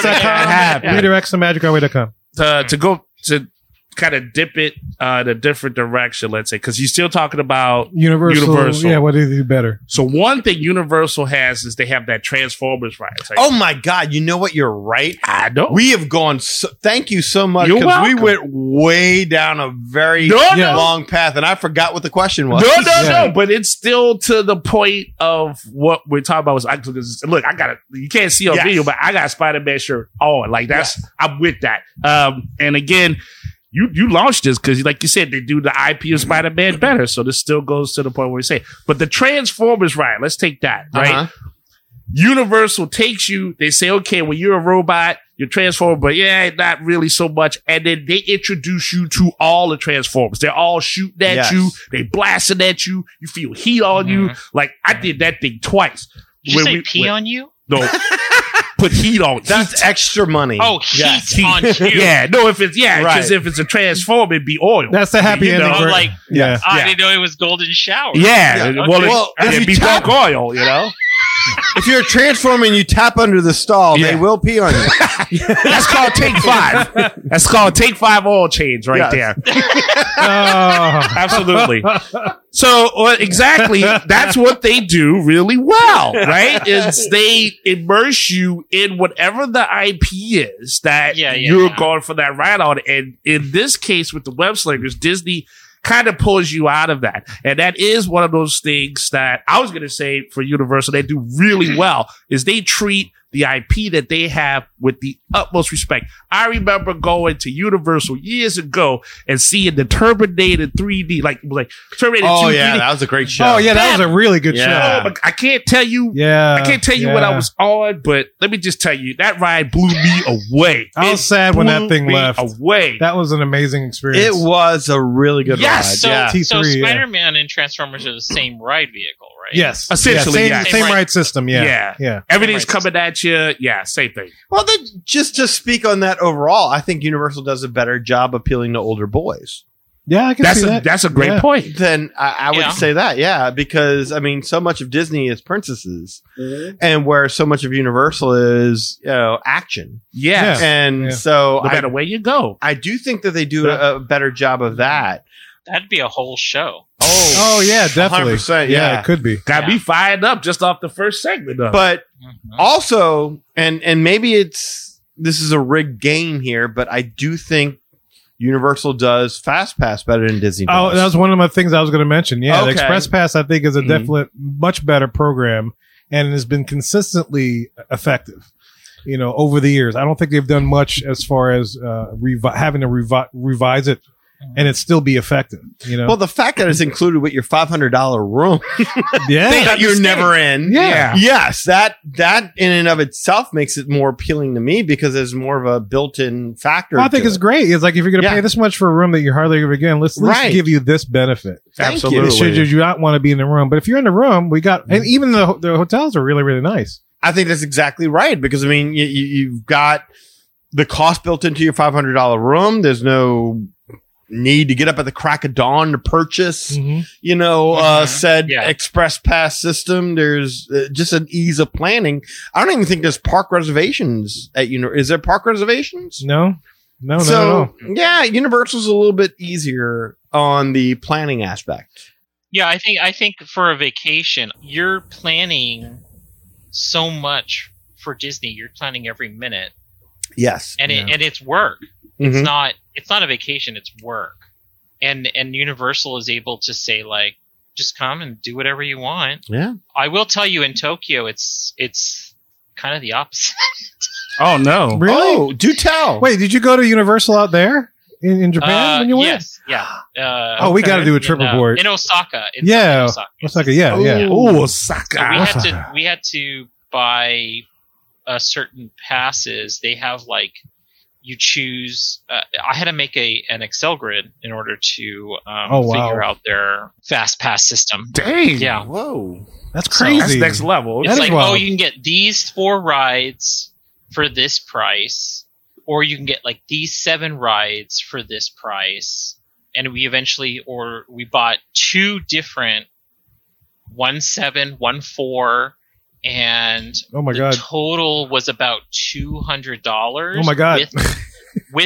S2: webnecklace.com.
S4: Yeah.
S2: Redirects to magicalway.com.
S4: to
S3: Hmm.
S4: to go to kind of dip it uh, in a different direction, let's say, because you're still talking about.
S2: Universal,
S4: Universal.
S2: Yeah, what do they do better?
S4: So one thing Universal has is they have that Transformers ride. It's like,
S3: Oh my God! You know what? You're right.
S4: I don't.
S3: We have gone. So, thank you so much
S4: You're
S3: we
S4: welcome.
S3: went way down a very
S4: No,
S2: no.
S3: long path, and I forgot what the question was.
S4: no, no,
S2: Yeah.
S4: no. But it's still to the point of what we're talking about. Was I, 'cause look, I got it. You can't see on
S3: Yes.
S4: video, but I got a Spider Man shirt on. Like that's I'm with that. Um, and again, you you launched this because, like you said, they do the IP of Spider Man better. So this still goes to the point where we say, but the Transformers ride. Let's take that right.
S3: Uh-huh.
S4: Universal takes you. They say, okay, well, you're a robot, you're transformed, but yeah, not really so much. And then they introduce you to all the transformers. They're all shooting at
S3: Yes.
S4: you. They blasting at you. You feel heat on you. Like I did that thing twice.
S8: Mm-hmm. Did you
S4: When
S8: say
S4: we-
S8: pee
S4: when-
S8: on you?
S4: No, put heat on.
S3: That's extra money.
S8: Oh,
S3: Yes.
S8: heat on you.
S4: yeah. No, if it's yeah,
S3: Right.
S4: because if it's a transformer, it'd be oil.
S2: That's the happy
S4: You
S2: ending.
S4: know,
S8: I'm
S2: version.
S8: like, "Ah,
S2: yeah.
S8: I
S4: Yeah.
S8: didn't know it was golden shower.
S4: yeah.
S8: Yeah,
S4: Well,
S8: okay.
S4: it,
S3: Well,
S4: and
S3: if
S4: it'd be
S3: you tap-
S4: bulk oil. You know,
S3: If you're transforming, you tap under the stall,
S4: Yeah.
S3: they will pee on you.
S4: that's called take five. That's called take five oil change right
S3: Yes.
S4: there.
S2: Oh.
S4: Absolutely. So well, exactly, that's what they do really well, right? Is they immerse you in whatever the IP is that
S8: Yeah, yeah,
S4: you're
S8: yeah.
S4: going for that ride on. And in this case, with the web slingers, Disney kind of pulls you out of that. And that is one of those things that I was going to say for Universal, they do really well is they treat the IP that they have with the utmost respect. I remember going to Universal years ago and seeing the Terminator 3D, like, like Terminator 2
S3: Oh yeah,
S4: 3D.
S3: that was a great show.
S2: Oh yeah, that was a really good
S3: Yeah.
S2: show.
S4: Oh, but I can't tell you
S2: Yeah,
S4: I can't tell you what I
S2: yeah.
S4: was on, but let me just tell you that ride blew me away.
S2: I was
S4: It
S2: sad when that
S4: blew
S2: thing
S4: me
S2: left.
S4: away.
S2: That was an amazing experience.
S3: it was a really good
S4: Yes,
S3: ride.
S8: So,
S3: yeah.
S8: so
S2: T3, yeah.
S8: Spider-Man and Transformers are the same ride vehicle, right?
S2: Yes,
S4: Essentially,
S2: yeah,
S4: yeah.
S2: same, same
S8: Same
S2: ride system. Yeah,
S4: Yeah.
S2: yeah.
S4: Everything's coming at you. Yeah, same thing.
S3: Well, then just to speak on that overall, I think Universal does a better job appealing to older boys.
S2: Yeah, I can
S4: That's
S2: see
S4: a
S2: that.
S4: that's a great
S2: Yeah.
S4: point.
S3: Then I, I would
S8: Yeah.
S3: say that, yeah, because I mean, so much of Disney is princesses, and where so much of Universal is you know action,
S4: Yes.
S2: Yeah.
S3: and so
S4: No
S3: I,
S4: matter where you go.
S3: I do think that they do a, a better job of that.
S8: That'd be a whole show.
S2: oh yeah, definitely.
S3: 100%, yeah.
S2: it could be.
S4: Got
S8: Yeah.
S4: me fired up just off the first segment of it.
S3: But
S2: Mm-hmm.
S8: Mhm.
S3: also and and maybe it's this is a rigged game here but i do think universal does fast pass better than disney
S2: Oh,
S3: does.
S2: that was one of my things I was going to mention. Yeah, the
S3: Okay.
S2: Express Pass I think is a
S4: Mm-hmm.
S3: Mhm.
S2: definite much better program and has been consistently effective. You know, over the years, I don't think they've done much as far as uh, revi- having to revi- revise it and it still be effective. You know,
S3: well the fact that it's included with your $500 room
S2: yeah,
S3: that you're never in
S2: Yeah.
S3: yes that that in and of itself makes it more appealing to me because there's more of a built-in factor
S2: Well, I think
S3: to
S2: it's
S3: it.
S2: great. It's like if you're going to
S3: Yeah.
S2: pay this much for a room that you're hardly ever getting, let's at least
S3: Right.
S2: give you this benefit.
S3: Thank
S2: It
S3: you.
S2: should you not want to be in the room, but if you're in the room, we got
S3: Mm-hmm.
S2: and even the the hotels are really really nice.
S3: I think that's exactly right because I mean you, you, you've got the cost built into your five hundred dollar room. There's no need to get up at the crack of dawn to purchase, you know, uh,
S8: Mhm.
S3: said
S8: Yeah.
S3: express pass system. There's uh, just an ease of planning. I don't even think there's park reservations at you know. Is there park reservations?
S2: No, no, no,
S3: so yeah, Universal's a little bit easier on the planning aspect.
S8: Yeah, I think I think for a vacation, you're planning so much for Disney. You're planning every minute,
S3: Yes. Mm-hmm.
S8: and it, and it's work.
S4: Mm-hmm.
S8: It's not it's not a vacation. It's work. And and Universal is able to say like, just come and do whatever you want.
S3: Yeah.
S8: I will tell you, in Tokyo, it's it's kind of the opposite.
S4: oh no.
S2: no. Really?
S3: Oh, do tell.
S2: Wait, did you go to Universal out there in, in Japan
S8: Uh,
S2: when you went?
S8: yes, yeah. Uh,
S2: Oh, we got to do a
S8: in,
S2: trip
S8: uh,
S2: report.
S8: in Osaka. It's
S2: Yeah,
S8: in Osaka.
S2: It's like a yeah, yeah.
S4: Oh, Osaka.
S8: So we had to
S2: Osaka.
S8: we had to buy a certain passes. They have like you choose. Uh, I had to make a an Excel grid in order to um,
S2: Oh, wow.
S8: figure out their fast pass system.
S4: Dang.
S8: Yeah,
S3: Whoa.
S2: That's
S8: So-
S2: crazy.
S4: That's next level.
S2: That
S8: it's
S2: is
S8: like oh,
S2: wild.
S8: you can get these four rides for this price, or you can get like these seven rides for this price. And we eventually, or we bought two different, one seven, one four, and
S2: oh my
S8: the
S2: god.
S8: total was about two hundred dollars.
S2: Oh my God.
S8: With,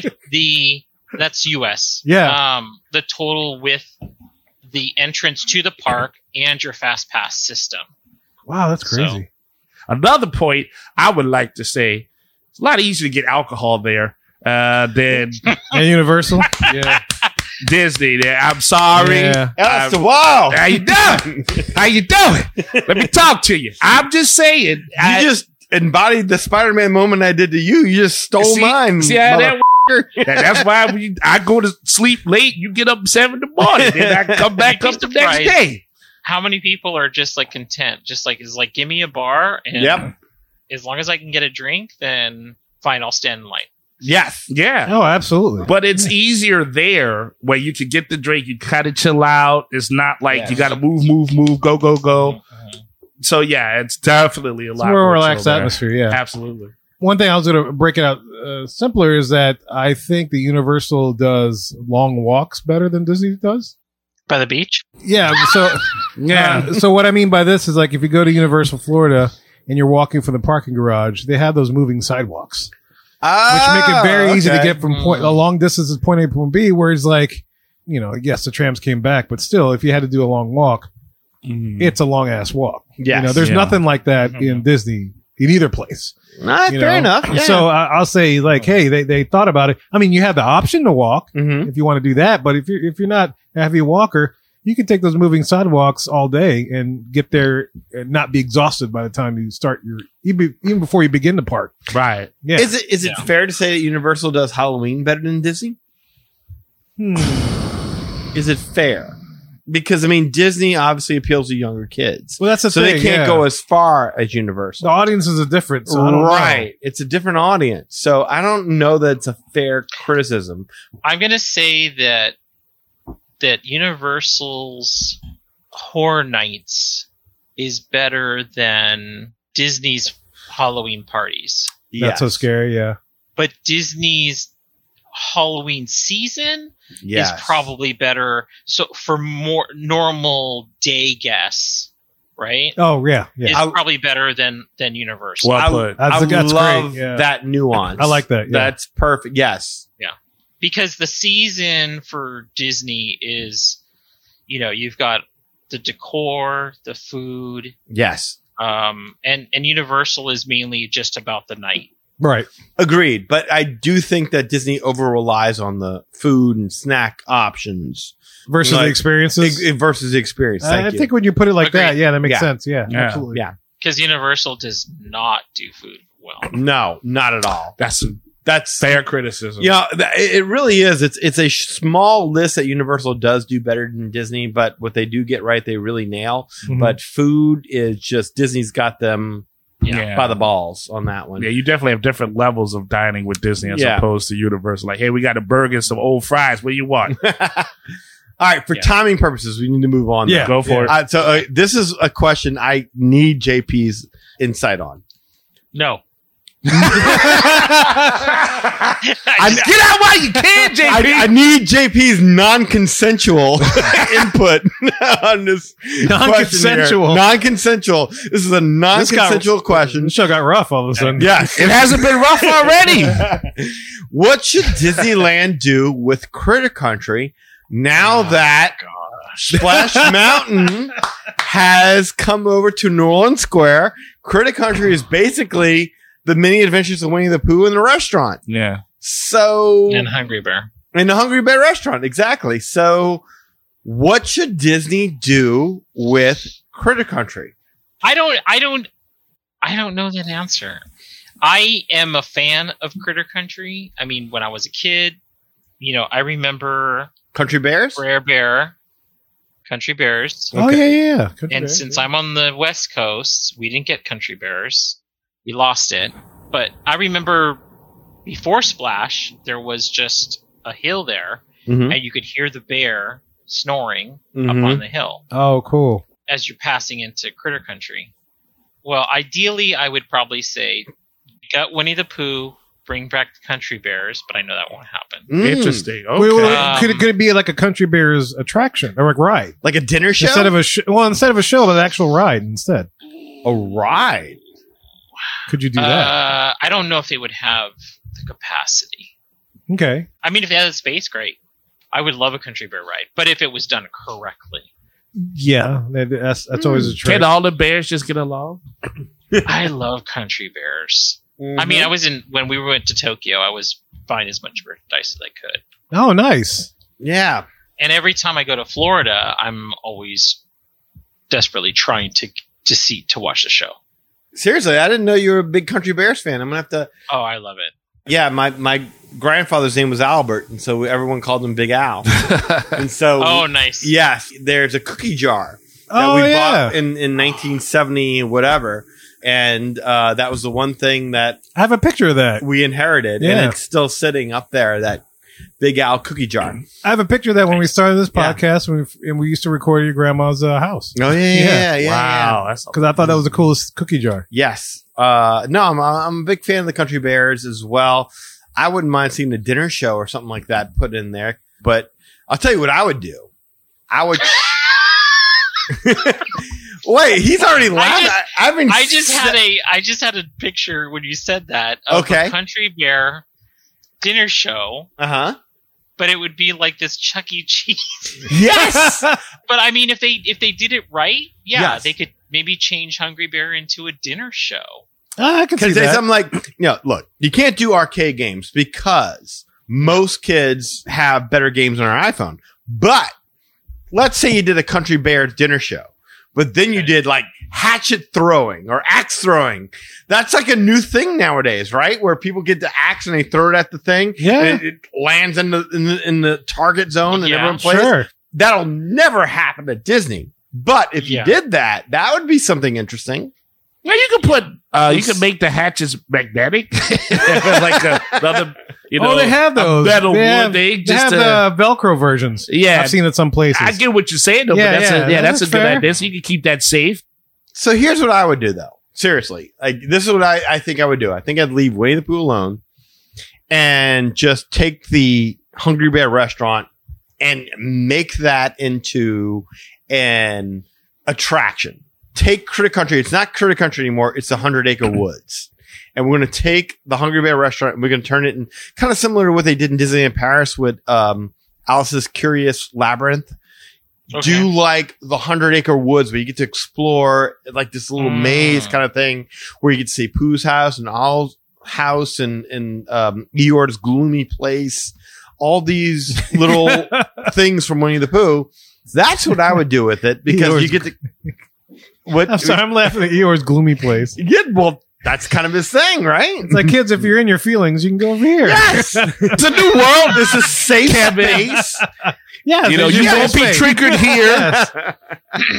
S8: with the that's U.S.
S2: Yeah.
S8: Um, the total with the entrance to the park and your fast pass system.
S2: Wow, that's
S8: So-
S2: crazy.
S4: Another point I would like to say it's a lot easier to get alcohol there uh, than
S2: and Universal? yeah.
S4: Disney. There. I'm sorry.
S2: Yeah.
S3: That's
S4: I'm-
S3: wow.
S4: How you doing? How you doing? Let me talk to you. I'm just saying.
S3: You just embodied the Spider-Man moment I did to you. You just stole
S4: see,
S3: mine.
S4: See how
S3: mother-
S4: that, that- That's why we, I go to sleep late. You get up seven in the morning, then I come back
S8: You'd
S4: up
S8: be
S4: the next
S8: surprised.
S4: day.
S8: How many people are just like content? Just like is like give me a bar and
S3: Yep.
S8: as long as I can get a drink, then fine, I'll stand in line.
S3: Yes.
S4: Yeah,
S2: Oh, absolutely.
S4: but it's easier there where you can get the drink. You kind of chill out. It's not like you
S3: Yes. Mm-hmm.
S4: got to move, move, move, go, go, go. So yeah, it's definitely a
S2: It's
S4: lot
S2: more
S4: more
S2: relaxed
S4: chill there.
S2: atmosphere. Yeah.
S4: Absolutely.
S2: one thing I was going to break it out uh, simpler is that I think the Universal does long walks better than Disney does.
S8: By the beach,
S2: Yeah. So
S4: Yeah.
S2: uh, so what I mean by this is like if you go to Universal Florida and you're walking from the parking garage, they have those moving sidewalks,
S3: Ah,
S2: which make it very
S3: Oh,
S2: easy to get from
S3: Hmm.
S2: point a long distance to point A to point B. Whereas like you know, yes, the trams came back, but still, if you had to
S3: Mm-hmm.
S2: do a long walk, it's a long ass walk.
S3: Yes.
S2: You know, there's
S4: Hmm. Yeah.
S2: nothing like that in Disney. in either place.
S3: Nah,
S2: you
S3: Eh, fair
S2: know?
S3: enough. Yeah.
S2: So I I'll say like, hey, they, they thought about it. I mean, you have the option to walk
S3: Mhm.
S2: if you want to do that, but if you're if you're not a heavy walker, you can take those moving sidewalks all day and get there and not be exhausted by the time you start your even even before you begin to park.
S4: Right.
S2: Yeah.
S3: Is it is it fair to say that Universal does Halloween better than Disney?
S2: Hmm.
S3: Is it fair? Because I mean, Disney obviously appeals to younger kids,
S2: Well, that's the
S3: so
S2: thing.
S3: they can't
S2: yeah.
S3: go as far as
S2: the
S3: Universal.
S2: audiences are different. So I don't know.
S3: right? It's a different audience, so I don't know that it's a fair criticism.
S8: I'm gonna say that that Universal's Horror Nights is better than Disney's Halloween parties,
S2: Not so scary. Yeah.
S8: but Disney's Halloween season
S3: Yeah,
S8: is probably better. So for more normal day guests, right?
S2: Oh yeah. Yeah.
S8: Is
S3: I-
S8: probably better than than Universal.
S4: Well
S3: I,
S4: put.
S2: That's-
S3: I
S2: that's
S3: love
S2: great, yeah.
S3: that nuance.
S2: I like that, yeah.
S3: That's perfect. Yes,
S8: because the season for Disney is, you know, you've got the decor, the food,
S3: yes,
S8: um, and and Universal is mainly just about the night.
S2: Right.
S3: Agreed, but I do think that Disney over relies on the food and snack options
S2: Versus the
S3: Like,
S2: experiences.
S3: ex- versus the experience. Thank
S2: I
S3: you.
S2: think when you put it like that,
S8: Agreed.
S2: yeah, that makes
S3: Yeah.
S2: sense. Yeah,
S4: Yeah.
S2: absolutely.
S3: Yeah.
S8: because Universal does not do food well.
S3: no, not at all.
S4: That's a
S3: That's
S4: fair criticism.
S3: yeah, th- it it really is. It's it's a sh- small list that Universal does do better than Disney, but what they do get right, they really nail.
S2: Mhm.
S3: But food is just Disney's got them
S8: Yeah.
S3: by the balls on that one.
S4: Yeah, you definitely have different levels of dining with Disney as
S3: Yeah.
S4: opposed to Universal. Like, hey, we got a burger and some old fries. What do you want?
S3: all right, for timing purposes, we need to move on.
S2: Yeah.
S4: Go for it.
S3: Uh, so uh, this is a question I need JP's insight on.
S8: No,
S3: I, get out while you can, JP. I, I need JP's non-consensual input on this. question here.
S2: Non-consensual.
S3: Non-consensual. This is a non-consensual question.
S2: This show got rough all of a sudden.
S3: Yes, it hasn't been rough already. what should Disneyland do with Critter Country now that Splash Mountain has come over to New Orleans Square? Critter Country is basically the mini adventures of Winnie the Pooh in the restaurant.
S4: yeah.
S3: So
S8: and Hungry Bear.
S3: in the Hungry Bear restaurant, exactly. So what should Disney do with Critter Country?
S8: I don't. I don't. I don't know that answer. I am a fan of Critter Country. I mean, when I was a kid, you know, I remember
S3: Country Bears?
S8: Rare Bear, Country Bears,
S2: Oh yeah, yeah. yeah. Country
S8: and
S2: Bear,
S8: since
S2: yeah.
S8: I'm on the West Coast, we didn't get Country Bears. We lost it, but I remember before Splash, there was just a hill there,
S2: Mm-hmm.
S3: Mhm.
S8: and you could hear the bear snoring
S3: Mhm.
S8: up on the hill
S2: oh cool.
S8: as you're passing into critter country. Well, ideally, I would probably say gut Winnie the Pooh, bring back the country bears, but I know that won't happen.
S3: Mm.
S4: Interesting. Okay.
S2: Wait, wait, wait.
S8: Um,
S2: could it could it be like a Country Bears attraction or like ride
S3: Like a dinner show?
S2: instead of a sh- well instead of a show, but an actual ride instead?
S3: a ride.
S2: Could you do that?
S8: Uh, I don't know if they would have the capacity.
S2: Okay.
S8: I mean, if they had the space, great. I would love a country bear ride, but if it was done correctly,
S2: Yeah, that- that's that's always
S3: Hmm.
S2: a trick.
S4: Can all the bears just get along?
S8: I love country bears.
S2: Mm-hmm.
S8: I mean, I was in when we went to Tokyo. I was buying as much merchandise as I could,
S2: Oh, nice.
S3: yeah.
S8: and every time I go to Florida, I'm always desperately trying to to see to watch the show.
S3: Seriously, I didn't know you were a big Country Bears fan. I'm gonna have to.
S8: Oh, I love it.
S3: Yeah, my my grandfather's name was Albert, and so everyone called him Big Al. and so,
S8: Oh, nice.
S3: yes, there's a cookie jar that
S2: Oh
S3: we
S2: yeah.
S3: bought in in 1970 whatever, and uh, that was the one thing that
S2: I have a picture of that.
S3: we inherited,
S2: Yeah.
S3: and it's still sitting up there. That Big Al cookie jar.
S2: I have a picture of that when we started this
S3: Yeah.
S2: podcast when we, and we used to record at your grandma's uh, house
S3: Oh yeah, yeah, yeah. yeah,
S4: wow. That's
S2: because I thought that was the coolest cookie jar.
S3: Yes. Uh, no, I'm, I'm a big fan of the Country Bears as well. I wouldn't mind seeing a dinner show or something like that put in there. But I'll tell you what I would do. I would. Wait, he's already laughing.
S8: just-
S3: I, have been.
S8: I just had a I just had a picture when you said that of
S3: Okay.
S8: a country bear dinner show,
S3: Uh huh.
S8: but it would be like this Chuck E. Cheese.
S3: Yes.
S8: But I mean, if they if they did it right, yeah,
S3: Yes.
S8: they could maybe change Hungry Bear into a dinner show.
S2: Ah, I can see
S3: Because
S2: that.
S3: I'm like, you know, look, you can't do arcade games because most kids have better games on our iPhone. But let's say you did a Country Bear dinner show, but then you did like hatchet throwing or axe throwing. That's like a new thing nowadays, right? Where people get the axe and they throw it at the thing.
S2: Yeah.
S3: and it, it lands in the, in the in the target zone, and
S8: Yeah.
S3: everyone plays.
S2: sure.
S3: That'll never happen at Disney. But if
S8: Yeah.
S3: you did that, that would be something interesting.
S4: Yeah, you can put uh, you can make the hatches magnetic, like a, another you know.
S2: oh, they have those.
S4: a metal
S2: they
S4: wood.
S2: have,
S4: they
S2: they
S4: just
S2: have
S4: uh,
S2: the Velcro versions.
S4: yeah.
S2: I've seen it some places.
S4: I get what you're saying though,
S2: Yeah,
S4: but that's
S2: yeah,
S4: a, yeah, that's,
S2: that's
S4: a good
S2: fair.
S4: idea. So you can keep that safe.
S3: So here's what I would do though. Seriously. Like this is what I, I think I would do. I think I'd leave Winnie the Pooh alone and just take the Hungry Bear restaurant and make that into an attraction. Take Critter Country. It's not Critter Country anymore. It's the Hundred Acre Woods. And we're going to take the Hungry Bear restaurant and we're going to turn it in kind of similar to what they did in Disneyland Paris with um, Alice's Curious Labyrinth do like the Hundred Acre Woods, where you get to explore like this little
S8: Mm.
S3: maze kind of thing, where you get to see Pooh's house and Owl's house and and um, Eeyore's gloomy place. All these little things from Winnie the Pooh. That's what I would do with it because you
S2: Eeyore's
S3: get to. What?
S2: I'm sorry, I'm laughing at Eeyore's gloomy place.
S3: Yeah, well, that's kind of his thing, right?
S2: It's like, kids, if you're in your feelings, you can go over here.
S3: Yes, it's a new world. This is safe space.
S2: Yeah,
S4: You know, you won't be triggered here.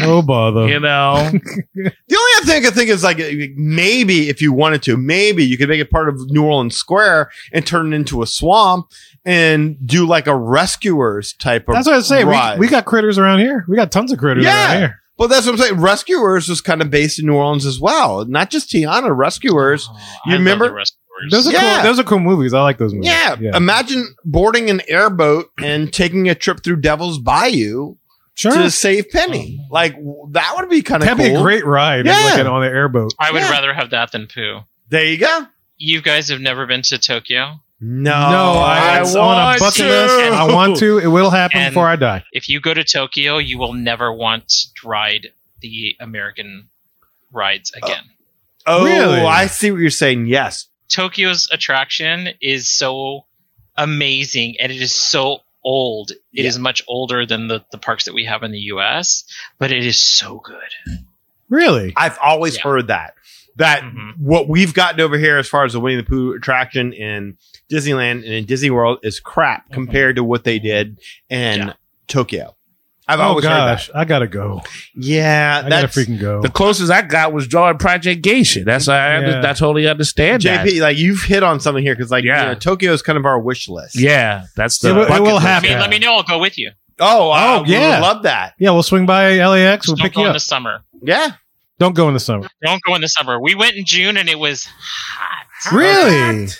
S2: Oh, bother.
S4: You know,
S3: The only other thing I could think is like maybe if you wanted to, maybe you could make it part of New Orleans Square and turn it into a swamp and do like a rescuers type of.
S2: That's what I say. We,
S3: ride.
S2: we got critters around here. We got tons of critters
S3: Yeah.
S2: around here.
S3: Well, that's what I'm saying. Rescuers was kind of based in New Orleans as well, not just Tiana. Rescuers.
S8: Oh,
S3: You remember-
S2: Those are
S3: Yeah.
S2: cool. Those are cool movies. I like those movies.
S3: Yeah. Imagine boarding an airboat and taking a trip through Devil's Bayou
S2: sure. Oh.
S3: to save Penny. Like w- that would be kind of
S2: That'd
S3: cool.
S2: be a great ride.
S3: Yeah.
S2: Like, on the airboat.
S8: I would
S3: Yeah.
S8: rather have that than poo.
S3: there you go.
S8: You guys have never been to Tokyo.
S3: No,
S2: no, I, it's on a bucket list. I want to. It will happen
S8: And-
S2: before I die.
S8: If you go to Tokyo, you will never want to ride the American rides again.
S3: Oh,
S2: Really?
S3: I see what you're saying. Yes,
S8: Tokyo's attraction is so amazing and it is so old. It is much older than the, the parks that we have in the US, but it is so good.
S2: Really?
S3: I've always
S8: Yeah.
S3: heard that. That
S8: Mhm.
S3: what we've gotten over here as far as the Winnie the Pooh attraction in Disneyland and in Disney World is crap compared to what they did in
S8: Mm-hmm. Yeah.
S3: Tokyo. I've
S2: oh
S3: always
S2: gosh, I gotta
S4: Uh,
S2: go.
S3: heard that. Yeah,
S2: I gotta
S3: that's
S2: freaking go.
S4: the closest I got was drawing Project Geisha. That's I
S2: Yeah.
S4: I totally understand that.
S3: JP. Like you've hit on something here because like
S4: Yeah.
S3: you know, Tokyo is kind of our wish list.
S4: Yeah, that's the
S2: It will- it
S4: bucket
S2: will
S4: list.
S8: I mean,
S2: Yeah.
S8: let me know. I'll go with you.
S3: Oh, wow,
S2: Oh,
S3: we would
S2: yeah.
S3: love that.
S2: yeah, we'll swing by LAX. We'll
S8: Just don't
S2: pick
S8: go
S2: you
S8: in
S2: up.
S8: the summer.
S3: Yeah,
S2: Don't go in the summer.
S8: Don't go in the summer. We went in June and it was hot.
S2: Really?
S8: It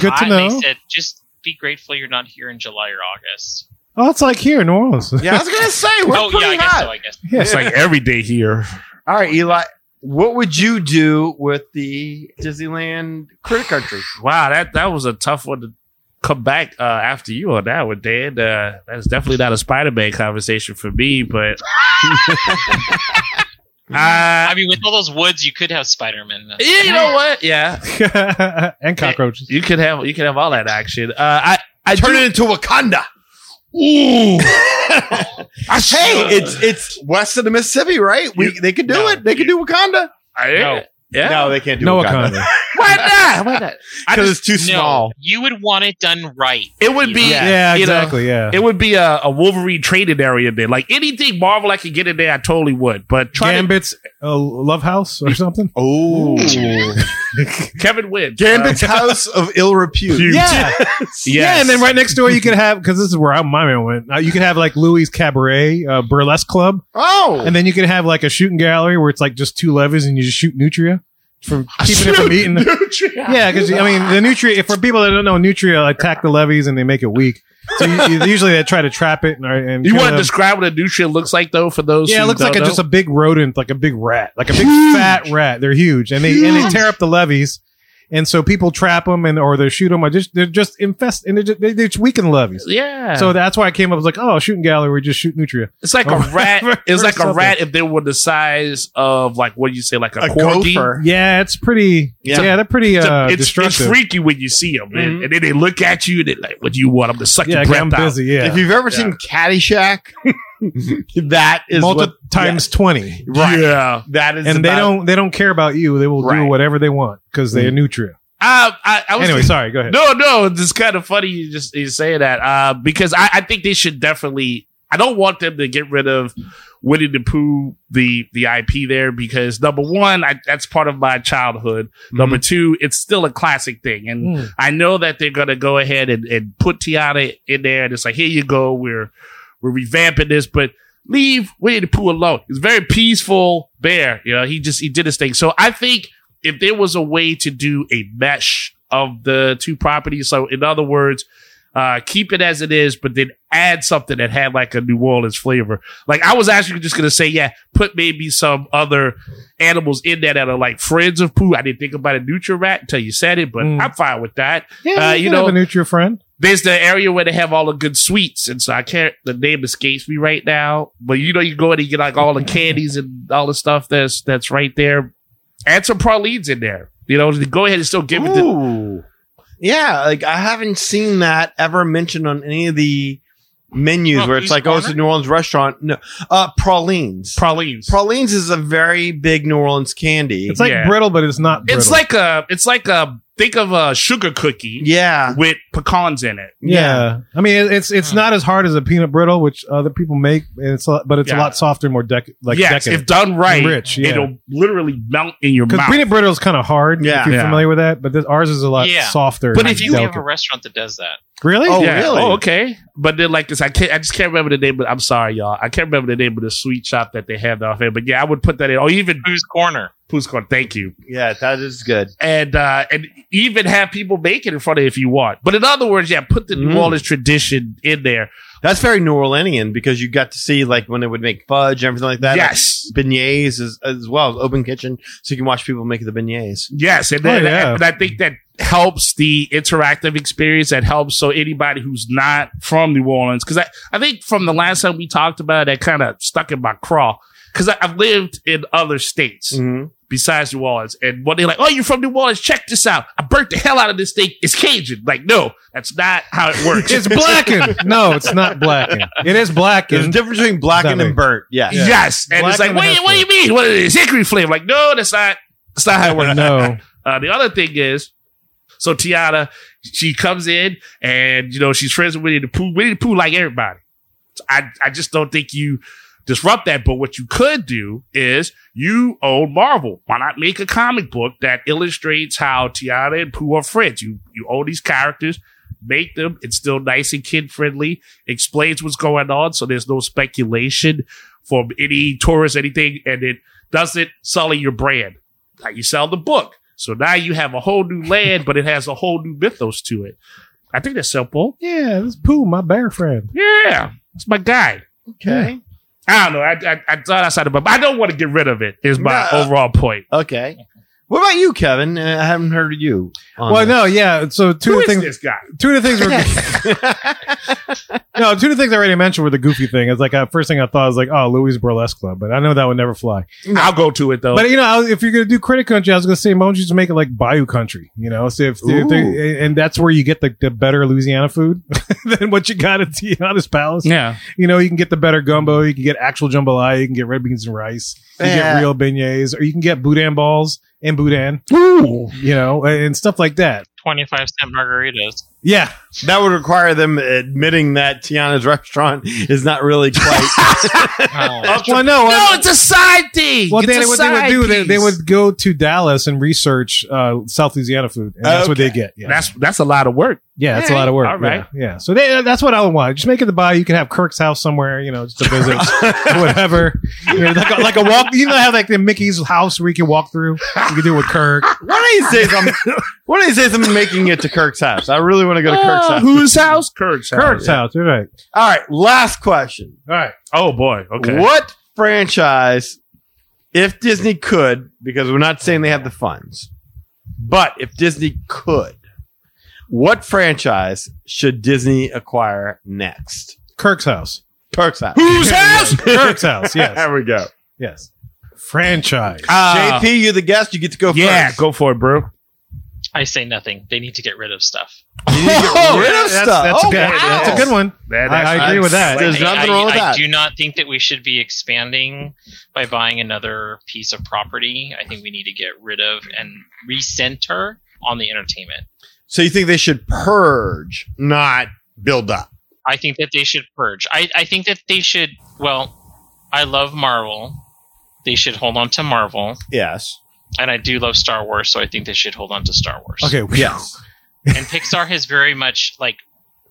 S2: Good to
S8: hot, and
S2: know.
S8: They said, just be grateful you're not here in July or August.
S2: Oh, it's like here in New Orleans.
S3: yeah, I was gonna say we're
S8: oh, yeah,
S3: pretty
S8: I guess
S3: hot.
S8: so. I guess.
S2: Yeah.
S4: It's like every day here.
S3: All right, Eli, what would you do with the Disneyland Critter Country?
S4: Wow, that that was a tough one to come back uh, after you on that one, Dan. Uh, that's definitely not a Spider Man conversation for me, but. uh,
S8: I mean, with all those woods, you could have Spider Man.
S4: yeah, you know what? Yeah,
S2: and cockroaches.
S4: you could have you could have all that action. Uh, I I
S3: Turn
S4: do-
S3: it into Wakanda.
S4: Ooh. I
S3: Hey, it's it's west of the Mississippi, right? We they could do
S8: no,
S3: it. They could do Wakanda.
S4: no. Yeah.
S3: they can't
S2: No Wakanda.
S4: Why not? Why not? I
S3: because
S4: just,
S3: it's too
S8: No,
S3: small.
S8: you would want it done right.
S4: it would be
S3: Yeah.
S2: yeah,
S4: you know,
S2: exactly. yeah.
S4: it would be a, a Wolverine trading area there. Like anything Marvel I could get in there, I totally would. But try to,
S2: Gambit's uh, love house or something.
S3: Oh,
S4: Kevin wins.
S3: Gambit's
S4: Uh,
S3: house of ill repute.
S2: Yeah, yeah, and then right next door you could have because this is where I, my man went. Uh, you could have like Louis Cabaret uh, Burlesque Club,
S3: Oh,
S2: and then you could have like a shooting gallery where it's like just two levers and you just shoot nutria for keeping it from eating. Yeah, because I mean the nutria. For people that don't know, nutria attack the levees and they make it weak. So you, you- usually they try to trap it and, uh, and
S4: you
S2: kill
S4: want to
S2: them.
S4: describe what a nutria looks like though for those?
S2: Yeah,
S4: who
S2: it looks like
S4: don't
S2: a,
S4: know?
S2: just a big rodent, like a big rat, like a big fat rat. They're huge, and they and they tear up the levees. and so people trap them and or they shoot them. Or just they're just infest and they're, just, they- they're weekend levies.
S4: Yeah.
S2: So that's why I came up was like, oh, shooting gallery, we just shoot nutria.
S4: It's like
S2: Or
S4: a rat. It's
S2: or
S4: like a
S2: something.
S4: rat if they were the size of like what do you say, like a,
S3: A
S4: corgi.
S3: gopher.
S2: Yeah, it's pretty.
S4: Yeah.
S2: Yeah, they're pretty
S4: It's,
S2: uh,
S4: a- it's, it's
S2: destructive.
S4: freaky when you see them,
S3: Mhm.
S4: and, and then they look at you and they're like, "What do you want? I'm to suck
S2: yeah,
S4: your
S2: like, I'm
S4: breath out."
S2: busy. Yeah,
S3: If you've ever seen Caddyshack, that is
S2: multi
S3: what
S2: times twenty,
S3: yeah, right.
S4: Yeah,
S3: That is,
S2: and they
S3: about-
S2: don't they don't care about you. They will
S3: Right.
S2: do whatever they want because they're nutria.
S4: I, Mm. I, I was
S2: Anyway, sorry. Go ahead.
S4: No, no, it's just kind of funny you just you say that uh, because I, I think they should definitely. I don't want them to get rid of Winnie the Pooh the the IP there because number one, I, that's part of my childhood.
S2: Mm-hmm.
S4: Number two, it's still a classic thing, and
S2: Mm.
S4: I know that they're gonna go ahead and, and put Tiana in there, and it's like, here you go, we're we're revamping this, but leave Winnie the Pooh alone. He's a very peaceful bear, you know. He just he did his thing. So I think if there was a way to do a mesh of the two properties, so in other words, uh, keep it as it is, but then add something that had like a New Orleans flavor. Like I was actually just gonna say, yeah, put maybe some other animals in there that are like friends of Pooh. I didn't think about a neutral rat until you said it, but
S2: Mm.
S4: I'm fine with that
S2: Yeah,
S4: Uh,
S2: you,
S4: you
S2: can have
S4: know-
S2: a nutria friend.
S4: there's the area where they have all the good sweets, and so I can't. The name escapes me right now, but you know, you go in and you get like all the candies and all the stuff that's that's right there. Add some pralines in there. You know, to go ahead and still give it. To,
S3: Ooh. yeah, like I haven't seen that ever mentioned on any of the menus
S8: Oh,
S3: where it's
S8: Peace
S3: like, oh, it's a
S8: Corner?
S3: New Orleans restaurant. No, uh, pralines.
S4: pralines.
S3: pralines is a very big New Orleans candy.
S2: It's like
S4: Yeah.
S2: brittle, but it's not. Brittle.
S4: it's like a. It's like a. Think of a sugar cookie
S3: yeah,
S4: with pecans in it.
S2: Yeah. I mean, it- it's
S4: Mm.
S2: it's
S8: Hmm.
S2: not as hard as a peanut brittle, which other people make, and it's a, lot- but it's a
S4: Yeah.
S2: lot softer, and more dec- like
S4: yes, if
S2: decadent.
S4: done right,
S2: rich, yeah.
S4: it'll literally melt in your
S2: Because
S4: mouth.
S2: peanut brittle is kind of hard.
S3: Yeah.
S2: if you're
S4: Yeah.
S2: familiar with that, but this, ours is a lot
S8: Yeah.
S2: softer.
S4: But
S2: and
S4: if
S8: I
S4: you-
S8: think we have a
S2: delicate.
S8: restaurant that does that.
S2: really,
S3: Oh, really?
S4: Oh, okay. But then, like this, I can't. I just can't remember the name. But I'm sorry, y'all. I can't remember the name of the sweet shop that they have off here. But yeah, I would put that in. Or even
S8: Who's corner?
S4: Puscon. Thank you.
S3: yeah, that is good.
S4: and uh, and even have people make it in front of you if you want. But in other words, yeah, put the New
S2: Mm-hmm.
S3: Mm.
S4: Orleans tradition in there.
S3: That's very New Orleanian because you got to see like when they would make fudge and everything like that. Like,
S4: yes,
S3: beignets as, as well as open kitchen, so you can watch people make the beignets.
S4: yes, and, then,
S2: Oh, yeah.
S4: and I think that helps the interactive experience. That helps so anybody who's not from New Orleans, because I I think from the last time we talked about it, that kind of stuck in my craw. Because I've lived in other states
S2: Mm.
S4: besides New Orleans, and when they're like, "Oh, you're from New Orleans? Check this out! I burnt the hell out of this thing. It's Cajun." Like, no, that's not how it works.
S2: it's blackened. no, it's not blackened. It is
S3: There's a
S2: blackened.
S3: difference between blackened
S2: That
S3: and
S2: makes-
S3: burnt. Yeah,
S2: Yeah.
S4: Yes. And
S2: Black
S4: it's like,
S2: and
S4: wait,
S2: half
S4: what do you mean? What is it? Hickory flavor. Like, no, that's not that's not how it works.
S2: no,
S4: Uh, the other thing is, so Tiana, she comes in and you know, she's friends with Winnie the Pooh. Winnie the Pooh like everybody. So I I just don't think you disrupt that. But what you could do is you own Marvel. Why not make a comic book that illustrates how Tiana and Pooh are friends? You you own these characters. Make them. It's still nice and kid friendly. Explains what's going on, so there's no speculation from any tourist, anything, and it doesn't sully your brand. Like you sell the book, so now you have a whole new land, but it has a whole new mythos to it. I think that's simple.
S2: yeah, this poo, my bear friend.
S4: Yeah, that's my guy.
S3: Okay.
S4: I don't know. I, I, I thought outside the box. I don't want to get rid of it. Is my
S3: No.
S4: overall point.
S3: Okay. What about you, Kevin? Uh, I haven't heard of you. on
S2: Well,
S3: this.
S2: no, yeah. So two
S4: Who
S2: of
S4: is
S2: the things,
S4: this guy?
S2: two of the things were. No, two of the things I already mentioned were the goofy thing. It's like uh, first thing I thought was like, oh, Louis Burlesque Club, but I know that would never fly.
S4: I'll go to it though.
S2: But you know, I was- if you're gonna do critic country, I was gonna say, why don't you just make it like Bayou country? You know, so if, if they- and that's where you get the, the better Louisiana food than what you got at Tiana's Palace.
S4: yeah,
S2: You know, you can get the better gumbo, you can get actual jambalaya, you can get red beans and rice, you
S3: Yeah.
S2: get real beignets, or you can get boudin balls and boudin, you know, and, and stuff like that.
S8: 25 cent margaritas.
S2: Yeah,
S3: that would require them admitting that Tiana's restaurant is not really quite.
S8: Oh,
S2: well, no,
S4: no, it's a side thing.
S2: Well,
S4: it's
S2: Danny, what they
S4: a
S2: would
S4: side
S2: do, they, they
S4: piece.
S2: would go to Dallas and research uh, South Louisiana food, and that's what they get. Yeah,
S4: That's that's a lot of work.
S2: yeah, that's a lot of work.
S4: All right.
S2: Yeah, yeah. so they, uh, that's what I would want. Just make it the buy. You can have Kirk's house somewhere, you know, just to visit, whatever. You know, like, a, like a walk. You know, have like the Mickey's house where you can walk through. You can do it with Kirk.
S3: One of these days, I'm. One of these days, I'm making it to Kirk's house. I really want to go to Kirk's
S4: Uh,
S3: house.
S4: whose house? Kurt's
S2: Kirk's house. All right.
S3: All right, last question.
S2: All right.
S4: Oh boy. Okay.
S3: What franchise, if Disney could, because we're not saying they have the funds, But if Disney could, what franchise should Disney acquire next?
S2: Kirk's house.
S3: Perks out.
S4: Whose house?
S2: Kirk's house. Yes.
S3: There we go.
S2: Yes. Franchise.
S4: Uh,
S3: JP, you're the guest. You get to go
S4: yeah,
S3: first.
S4: go for it, bro.
S8: I say nothing. They need to get rid of stuff.
S3: You need to get rid of
S2: that's,
S3: stuff.
S2: That's,
S3: Oh,
S2: a good,
S3: wow.
S2: that's a good one.
S4: That-
S2: I- I agree with that.
S3: There's
S8: I-
S3: nothing
S8: I-
S3: wrong with
S8: I
S3: that.
S8: do not think that we should be expanding by buying another piece of property. I think we need to get rid of and recenter on the entertainment.
S3: So you think they should purge, not build up?
S8: I think that they should purge. I, I think that they should. Well, I love Marvel. They should hold on to Marvel,
S3: Yes.
S8: and I do love Star Wars, so I think they should hold on to Star Wars.
S2: Okay.
S3: Yes.
S8: and Pixar has very much like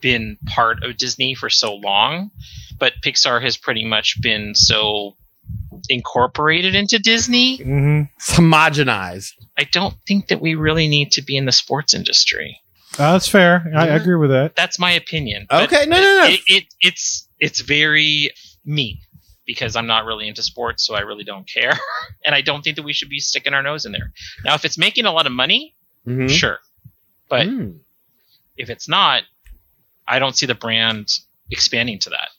S8: been part of Disney for so long, but Pixar has pretty much been so incorporated into Disney.
S2: hmm
S3: It's homogenized.
S8: I don't think that we really need to be in the sports industry.
S2: uh, that's fair. I, I agree with that.
S8: That's my opinion. But
S3: Okay. No, no, no.
S8: It, it it's it's very me because I'm not really into sports, so I really don't care, and I don't think that we should be sticking our nose in there. Now, if it's making a lot of money,
S2: Mm-hmm.
S3: Mhm.
S8: sure, but
S3: Mm.
S8: if it's not, I don't see the brand expanding to that.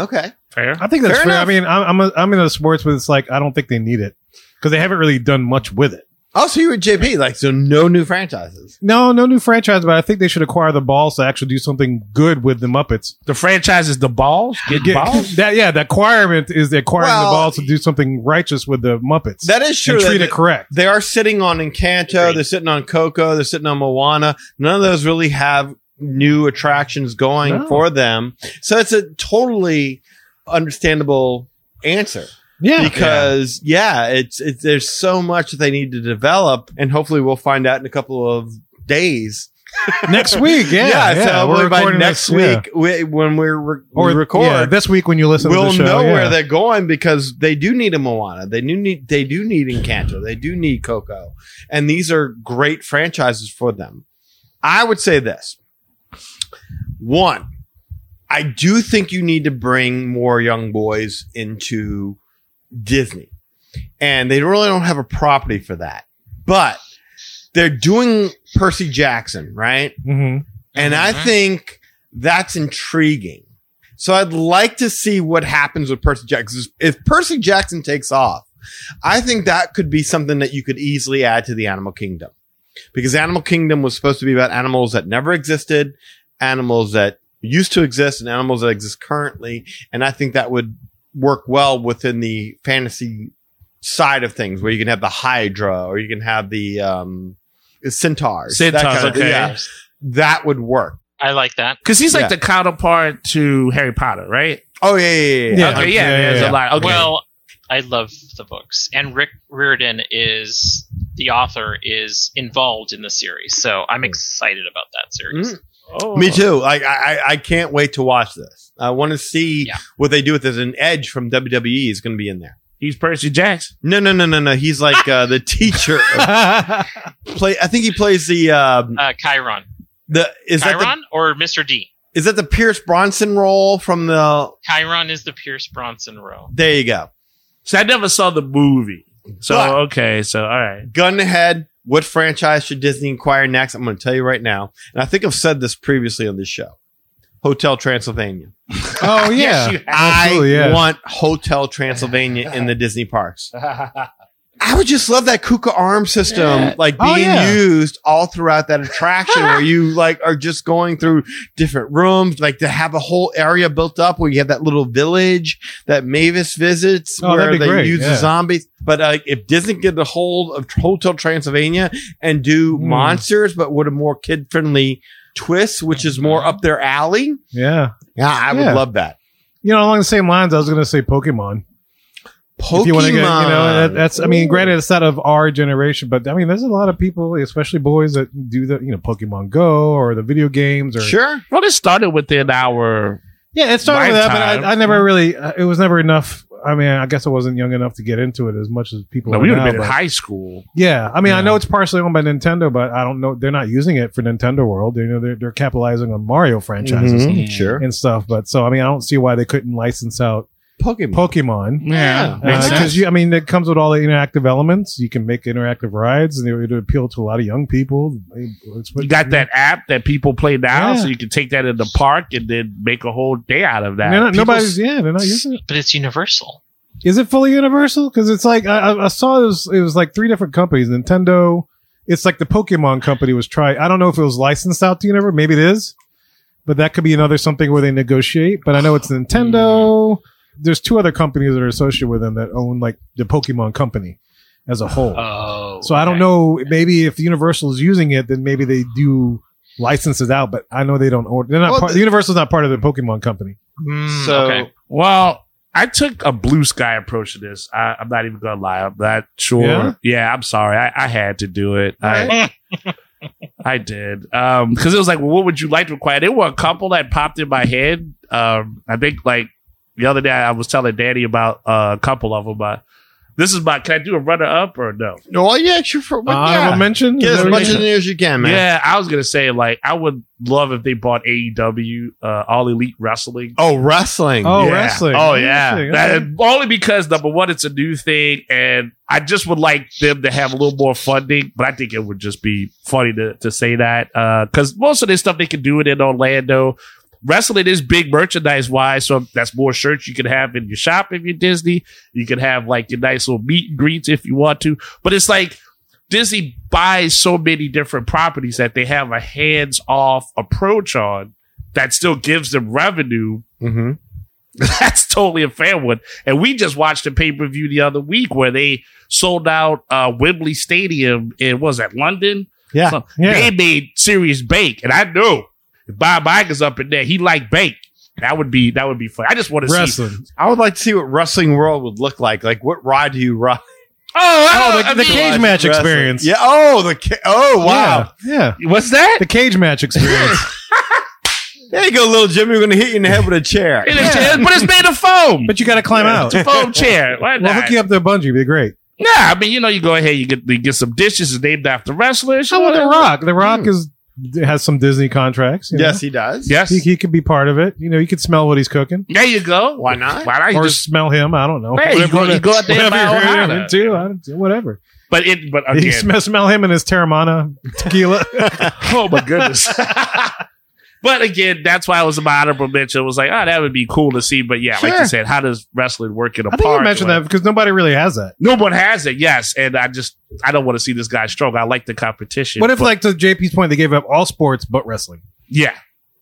S3: Okay.
S4: Fair.
S2: I think that's
S3: Fair
S2: fair. I
S3: enough.
S2: mean, I'm I'm, a, I'm in a sports where it's like I don't think they need it because they haven't really done much with it.
S3: Also, you were JP, like, so no new franchises.
S2: No, no new franchise, but I think they should acquire the balls to actually do something good with the Muppets.
S4: The franchise is the balls. Get
S2: Get-
S4: balls.
S2: That yeah, the acquirement is the acquiring
S3: Well-
S2: the balls to do something righteous with the Muppets.
S3: That is true.
S2: and treat
S3: They-
S2: it correct.
S3: they are sitting on Encanto. They're sitting on Coco. They're sitting on Moana. None of those really have new attractions going
S2: No.
S3: for them. So it's a totally understandable answer.
S2: Yeah,
S3: because yeah, it's it's there's so much that they need to develop, and hopefully we'll find out in a couple of days.
S2: Yeah. next week. Yeah, yeah,
S3: so hopefully by
S2: recording
S3: next
S2: yeah.
S3: week we, when we're re-
S2: or
S3: we record.
S2: yeah, this week when you listen
S3: We'll
S2: to the show.
S3: know
S2: yeah.
S3: where they're going because they do need a Moana. They do need they do need Encanto. They do need Coco, and these are great franchises for them. I would say this: one, I do think you need to bring more young boys into Disney, and they really don't have a property for that. But they're doing Percy Jackson, right?
S2: Mhm.
S3: And I
S8: Mhm.
S3: think that's intriguing. So I'd like to see what happens with Percy Jackson. If Percy Jackson takes off, I think that could be something that you could easily add to the Animal Kingdom. Because Animal Kingdom was supposed to be about animals that never existed, animals that used to exist, and animals that exist currently. And I think that would work well within the fantasy side of things, where you can have the Hydra or you can have the um, centaurs. that
S4: Centaurs,
S3: kind of-
S4: okay.
S3: yeah. that would work.
S8: I like that.
S4: Because he's like
S3: Yeah.
S4: the counterpart to Harry Potter, right?
S3: Oh yeah, yeah, yeah.
S2: Yeah.
S4: Okay, yeah,
S2: Yeah,
S4: there's
S2: yeah.
S4: a lot. Okay.
S8: Well, I love the books, and Rick Riordan is the author is involved in the series, so I'm excited about that series.
S3: Mm. Me too. Like I, I, I can't wait to watch this. I want to see
S8: Yeah.
S3: what they do with this. An Edge from WWE is going to be in there.
S4: he's Percy Jackson.
S3: No, no, no, no, no. He's like uh, the teacher. of- play. I think he plays the um,
S8: Uh, Chiron,
S3: the is
S8: Chiron,
S3: that
S8: or Mr. D.
S3: the is that the Pierce Bronson role from the.
S8: Chiron is the Pierce Bronson role.
S3: There you go.
S4: So I never saw the movie. So
S3: But-
S4: okay, so all right.
S3: Gun ahead. What franchise should Disney acquire next? I'm going to tell you right now, and I think I've said this previously on this show. Hotel Transylvania.
S2: Oh yeah,
S4: Yes, you
S3: I
S2: Absolutely, yeah.
S3: want Hotel Transylvania in the Disney parks. I would just love that Kuka arm system, like being
S2: Oh, yeah.
S3: used all throughout that attraction, where you like are just going through different rooms, like to have a whole area built up where you have that little village that Mavis visits,
S2: Oh, that'd
S3: where
S2: be
S3: they
S2: great,
S3: use the
S2: yeah.
S3: zombies. But like, if Disney could get a hold of Hotel Transylvania and do
S2: Hmm.
S3: monsters, but with a more kid friendly twist, which is more up their alley,
S2: yeah.
S3: yeah, I would
S2: Yeah.
S3: love that.
S2: You know, along the same lines, I was going to say Pokemon.
S3: Pokemon,
S2: If you want to get, you know, that, that's. I mean, granted, it's not of our generation, but I mean, there's a lot of people, especially boys, that do the, you know, Pokemon Go or the video games or
S3: sure.
S4: Well, this started within our.
S2: Yeah, it started with that, but
S4: Lifetime.
S2: I, I never really. uh, It was never enough. I mean, I guess I wasn't young enough to get into it as much as people.
S4: No,
S2: are
S4: we would
S2: now,
S4: have been in
S2: but-
S4: high school.
S2: Yeah, I mean, I
S4: Yeah.
S2: know it's partially owned by Nintendo, but I don't know. They're not using it for Nintendo World. They, you know, they're they're capitalizing on Mario franchises
S4: Mm-hmm.
S3: Mhm, Sure.
S2: and stuff. But so, I mean, I don't see why they couldn't license out
S3: Pokemon.
S2: Pokemon.
S4: Yeah.
S3: Makes
S2: Because
S3: sense.
S2: Uh, you, I mean, it comes with all the interactive elements. You can make interactive rides, and it would appeal to a lot of young people. It's what-
S4: You got that app that people play now,
S2: Yeah.
S4: so you can take that in the park and then make a whole day out of
S2: They're
S4: that.
S2: not,
S4: People-
S2: nobody's. Yeah, they're not using it.
S8: but it's universal.
S2: Is it fully universal? Because it's like I, I- I saw it was, it was like three different companies. Nintendo. It's like the Pokemon company was trying. I don't know if it was licensed out to universe. Maybe it is, but that could be another something where they negotiate. But I know it's
S4: Hmm.
S2: Nintendo. There's two other companies that are associated with them that own like the Pokemon company as a whole.
S8: Oh,
S2: So I don't know. Maybe if Universal is using it, then maybe they do license it out. But I know they don't order. They're not.
S3: Well,
S2: part,
S3: the-
S2: Universal's not part of the Pokemon company.
S8: Mm,
S3: so
S8: okay.
S4: Well, I took a blue sky approach to this. I, I'm not even gonna lie. I'm not sure.
S2: Yeah?
S4: Yeah, I'm sorry. I, I had to do it. I, I did. Um, because it was like, well, what would you like to acquire? There were a couple that popped in my head. Um, I think like the other day I was telling Danny about uh, a couple of them. But this is my. Can I do a runner up or no?
S3: well, yeah, sure. For, well,
S2: Honorable
S3: yeah.
S2: mention.
S3: Get
S2: Is
S3: as
S2: that what
S3: much
S2: you-
S3: in there as you can, man.
S4: Yeah, I was gonna say like I would love if they bought AEW, uh, All Elite Wrestling.
S3: Oh, wrestling.
S2: Oh,
S4: Yeah.
S2: wrestling.
S3: Oh, yeah.
S2: Interesting.
S4: That-
S2: Okay.
S4: only because number one, it's a new thing, and I just would like them to have a little more funding. But I think it would just be funny to, to say that because most of this stuff they can do it in Orlando. Wrestling is big merchandise wise, so that's more shirts you can have in your shop if you're Disney. You can have like your nice little meet and greets if you want to. But it's like Disney buys so many different properties that they have a hands off approach on that still gives them revenue
S3: Mm-hmm.
S4: that's totally a fair one. And we just watched a pay per view the other week where they sold out uh, Wembley Stadium in what was that London?
S2: Yeah.
S4: So
S2: yeah.
S4: They made serious bank, and I know if Bob Iger's up in there, he like bank. That would be that would be fun. I just want to see.
S2: wrestling.
S3: I would like to see what wrestling world would look like. Like, what ride do you ride?
S4: Oh, I
S2: Oh,
S4: don't-
S2: the,
S4: I
S2: the
S4: mean-
S2: cage match
S3: Wrestling.
S2: experience.
S3: Yeah. Oh, the. Ca- oh, wow.
S2: Yeah. yeah.
S4: What's that?
S2: The cage match experience.
S3: There you go, little Jimmy. We're gonna hit you in the head with a chair.
S4: It is- but it's made of foam.
S2: but you got to climb out.
S4: It's a foam chair. Why
S2: We'll
S4: not?
S2: hook you up to a bungee. It'd Be great.
S4: Nah, I mean you know you go ahead you get you get some dishes it's named after wrestlers.
S2: How
S4: you know,
S2: about The
S4: that-
S2: Rock? The Rock is has some Disney contracts. you know?
S3: Yes, he does.
S4: Yes.
S2: He, he could be part of it. You know, you could smell what he's cooking.
S4: There you go.
S3: Why not?
S4: Why not? You
S2: or
S4: just-
S2: smell him. I don't know.
S4: Hey, you go- you go out there and
S2: whatever
S4: buy
S2: you're
S4: Ohana.
S2: into, I don't, whatever.
S4: but it but
S2: You
S4: again,
S2: smell, smell him and his Terramana tequila.
S4: Oh my goodness. but again, that's why it was my honorable mention. It was like, oh, that would be cool to see. But yeah, like
S3: Sure.
S4: you said, how does wrestling work in a
S2: I think
S4: park?
S2: you mentioned
S4: Like,
S2: that because nobody really has that.
S4: No one has it, yes. And I just I don't want to see this guy struggle. I like the competition.
S2: What if,
S4: but-
S2: like to JP's point, they gave up all sports but wrestling?
S4: Yeah.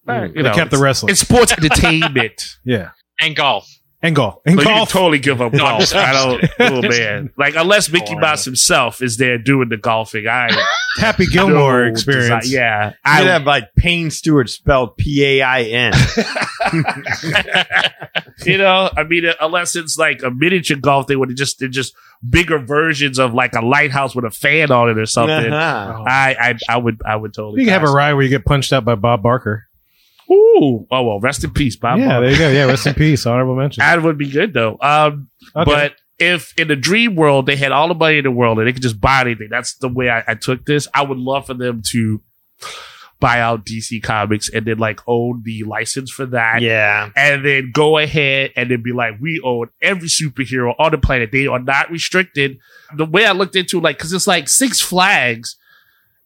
S4: Mm,
S2: they kept the
S4: it's-
S2: wrestling.
S4: It's sports entertainment.
S2: yeah,
S8: And golf.
S2: and golf and
S4: Like, you can
S2: golf.
S4: totally give up
S8: I'm
S4: golf.
S8: just-
S4: I don't oh man. Like unless Mickey Mouse himself is there doing the golfing, I
S2: Happy
S4: no
S2: Gilmore
S4: desi-
S2: experience.
S4: Yeah.
S3: I would
S4: I
S3: have like Payne Stewart spelled P A I N.
S4: you know, I mean, unless it's like a miniature golf, they would just they're just bigger versions of like a lighthouse with a fan on it or something.
S3: Uh-huh.
S4: I, I I would I would totally.
S2: You can have a
S4: pass.
S2: ride where you get punched out by Bob Barker.
S4: Ooh, oh well, rest in peace, Bob.
S2: yeah,
S4: Yeah,
S2: there you go. Yeah, rest in peace. Honorable mention.
S4: that would be good though. Um,
S2: Okay.
S4: but if in the dream world they had all the money in the world and they could just buy anything, that's the way I, I took this. I would love for them to buy out DC Comics and then like own the license for that.
S3: yeah.
S4: and then go ahead and then be like, we own every superhero on the planet. They are not restricted. The way I looked into like, cause it's like Six Flags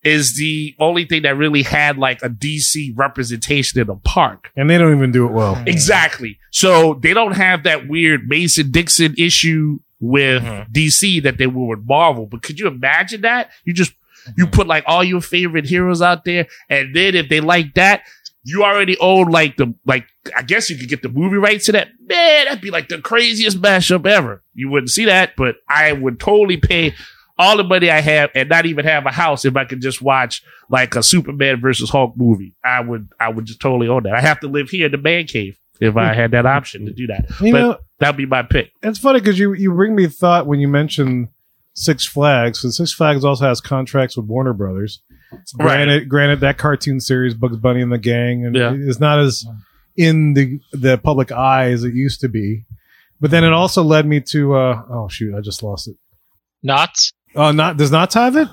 S4: is the only thing that really had like a DC representation in a park.
S2: and they don't even do it well.
S4: Exactly. So they don't have that weird Mason Dixon issue with DC that they will with Marvel. But could you imagine that? You just you put like all your favorite heroes out there, and then if they like that, you already own like the like. I guess you could get the movie rights to that. Man, that'd be like the craziest mashup ever. You wouldn't see that, but I would totally pay all the money I have and not even have a house if I could just watch like a Superman versus Hulk movie. I would I would just totally own that. I have to live here in the man cave if I had that option to do that.
S2: You
S4: but
S2: know,
S4: that'd be my pick.
S2: It's funny because you you bring me thought when you mention Six Flags, and Six Flags also has contracts with Warner Brothers.
S4: Right.
S2: Granted, granted that cartoon series Bugs Bunny and the Gang and
S4: Yeah.
S2: is not as in the the public eye as it used to be. But then it also led me to uh, oh shoot, I just lost it.
S8: Knots.
S2: Oh, not does not have it?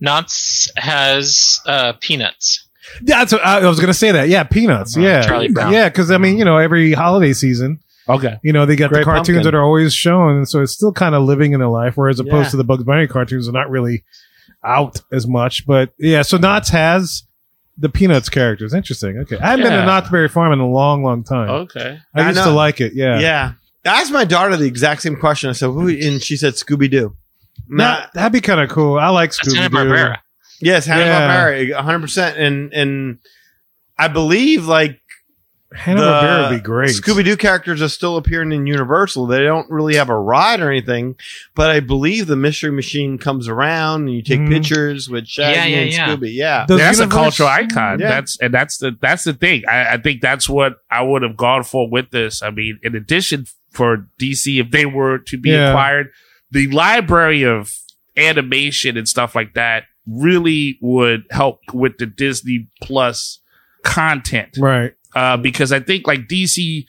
S8: Knots has uh, peanuts.
S2: Yeah, that's what, I, I was gonna say that. Yeah, Peanuts. yeah,
S8: Charlie Brown.
S2: Yeah, because I mean, you know, every holiday season,
S4: Okay.
S2: You know, they got
S3: Great
S2: the cartoons
S3: Pumpkin.
S2: that are always shown, and so it's still kind of living in the life. Whereas opposed
S3: Yeah.
S2: to the Bugs Bunny cartoons, are not really out as much. But yeah, so Knott's has the Peanuts characters. Interesting. Okay, I haven't been
S4: Yeah.
S2: to Knott's Berry Farm in a long, long time.
S8: Oh,
S4: Okay.
S2: I
S3: I
S2: used
S3: know.
S2: to like it. Yeah.
S3: Yeah. I asked my daughter the exact same question. I said, Who? and she said Scooby Doo.
S2: Nah, that'd be kind of cool. I like
S8: That's
S2: Scooby
S8: Hanna
S2: Doo.
S8: Barbera.
S3: Yes, Hannah Barbera, one hundred percent. And and I believe like
S2: Hanna Barbera would be great.
S3: Scooby Doo characters are still appearing in Universal. They don't really have a ride or anything, but I believe the Mystery Machine comes around and you take
S2: Mhm.
S3: pictures with Shaggy
S8: Yeah, yeah,
S3: and
S8: yeah.
S3: Scooby. Yeah,
S2: Does
S4: that's
S2: Universe-
S4: a cultural icon.
S3: Yeah.
S4: That's and that's the that's the thing. I, I think that's what I would have gone for with this. I mean, in addition for DC, if they were to be
S2: Yeah.
S4: acquired, the library of animation and stuff like that really would help with the Disney Plus content
S2: Right.
S4: uh, because I think like DC,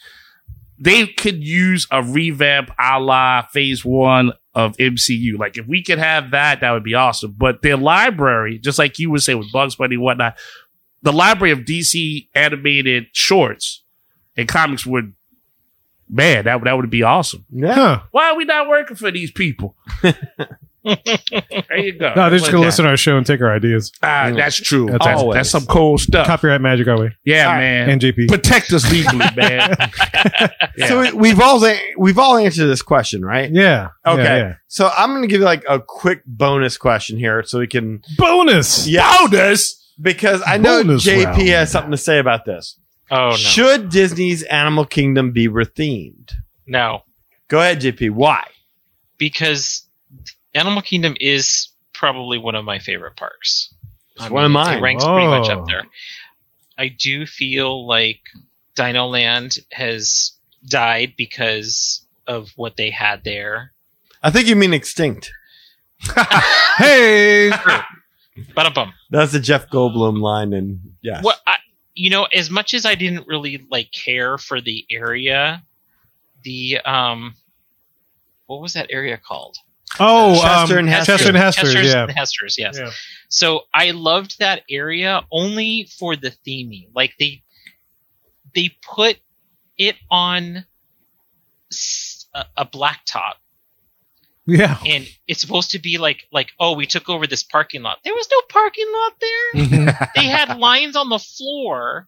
S4: they could use a revamp a la phase one of MCU. Like if we could have that, that would be awesome. But their library, just like you would say with Bugs Bunny and whatnot, the library of DC animated shorts and comics would, man, that, that would be awesome.
S3: yeah.
S2: Huh.
S4: Why are we not working for these people? there you go.
S2: No, they're just gonna
S4: Like that.
S2: listen to our show and take our ideas.
S4: Ah, that's true.
S2: That's
S4: That's,
S3: always.
S4: that's some cool stuff.
S2: Copyright magic, are we?
S4: yeah,
S3: All right.
S4: man.
S2: NJP.
S4: Protect us legally, man. Yeah.
S3: So we- we've all we've all answered this question, right?
S2: yeah.
S3: Okay.
S2: Yeah, yeah.
S3: So I'm going to give you like a quick bonus question here, so we can
S2: Bonus.
S3: yeah bonus because I know
S2: Bonus
S3: JP
S2: round.
S3: has something to say about this.
S8: Oh no,
S3: Should Disney's Animal Kingdom be rethemed?
S8: no,
S3: Go ahead, JP. Why?
S8: because Animal Kingdom is probably one of my favorite parks. I
S3: one of mine.
S8: It ranks pretty much
S2: Oh.
S8: up there. I do feel like Dino Land has died because of what they had there.
S3: I think you mean extinct.
S2: Hey.
S8: But a bum.
S3: That's the Jeff Goldblum line, and yeah,
S8: Well, I, you know, as much as I didn't really like care for the area, the um, what was that area called?
S2: Oh,
S3: Chester
S2: um,
S3: and Hester.
S2: Chester and Hester.
S8: Chester's
S2: yeah.
S8: and Hester's, yes.
S2: Yeah.
S8: So I loved that area only for the theming. Like they they put it on s- a, a blacktop,
S2: Yeah.
S8: and it's supposed to be like like oh we took over this parking lot. There was no parking lot there. they had lines on the floor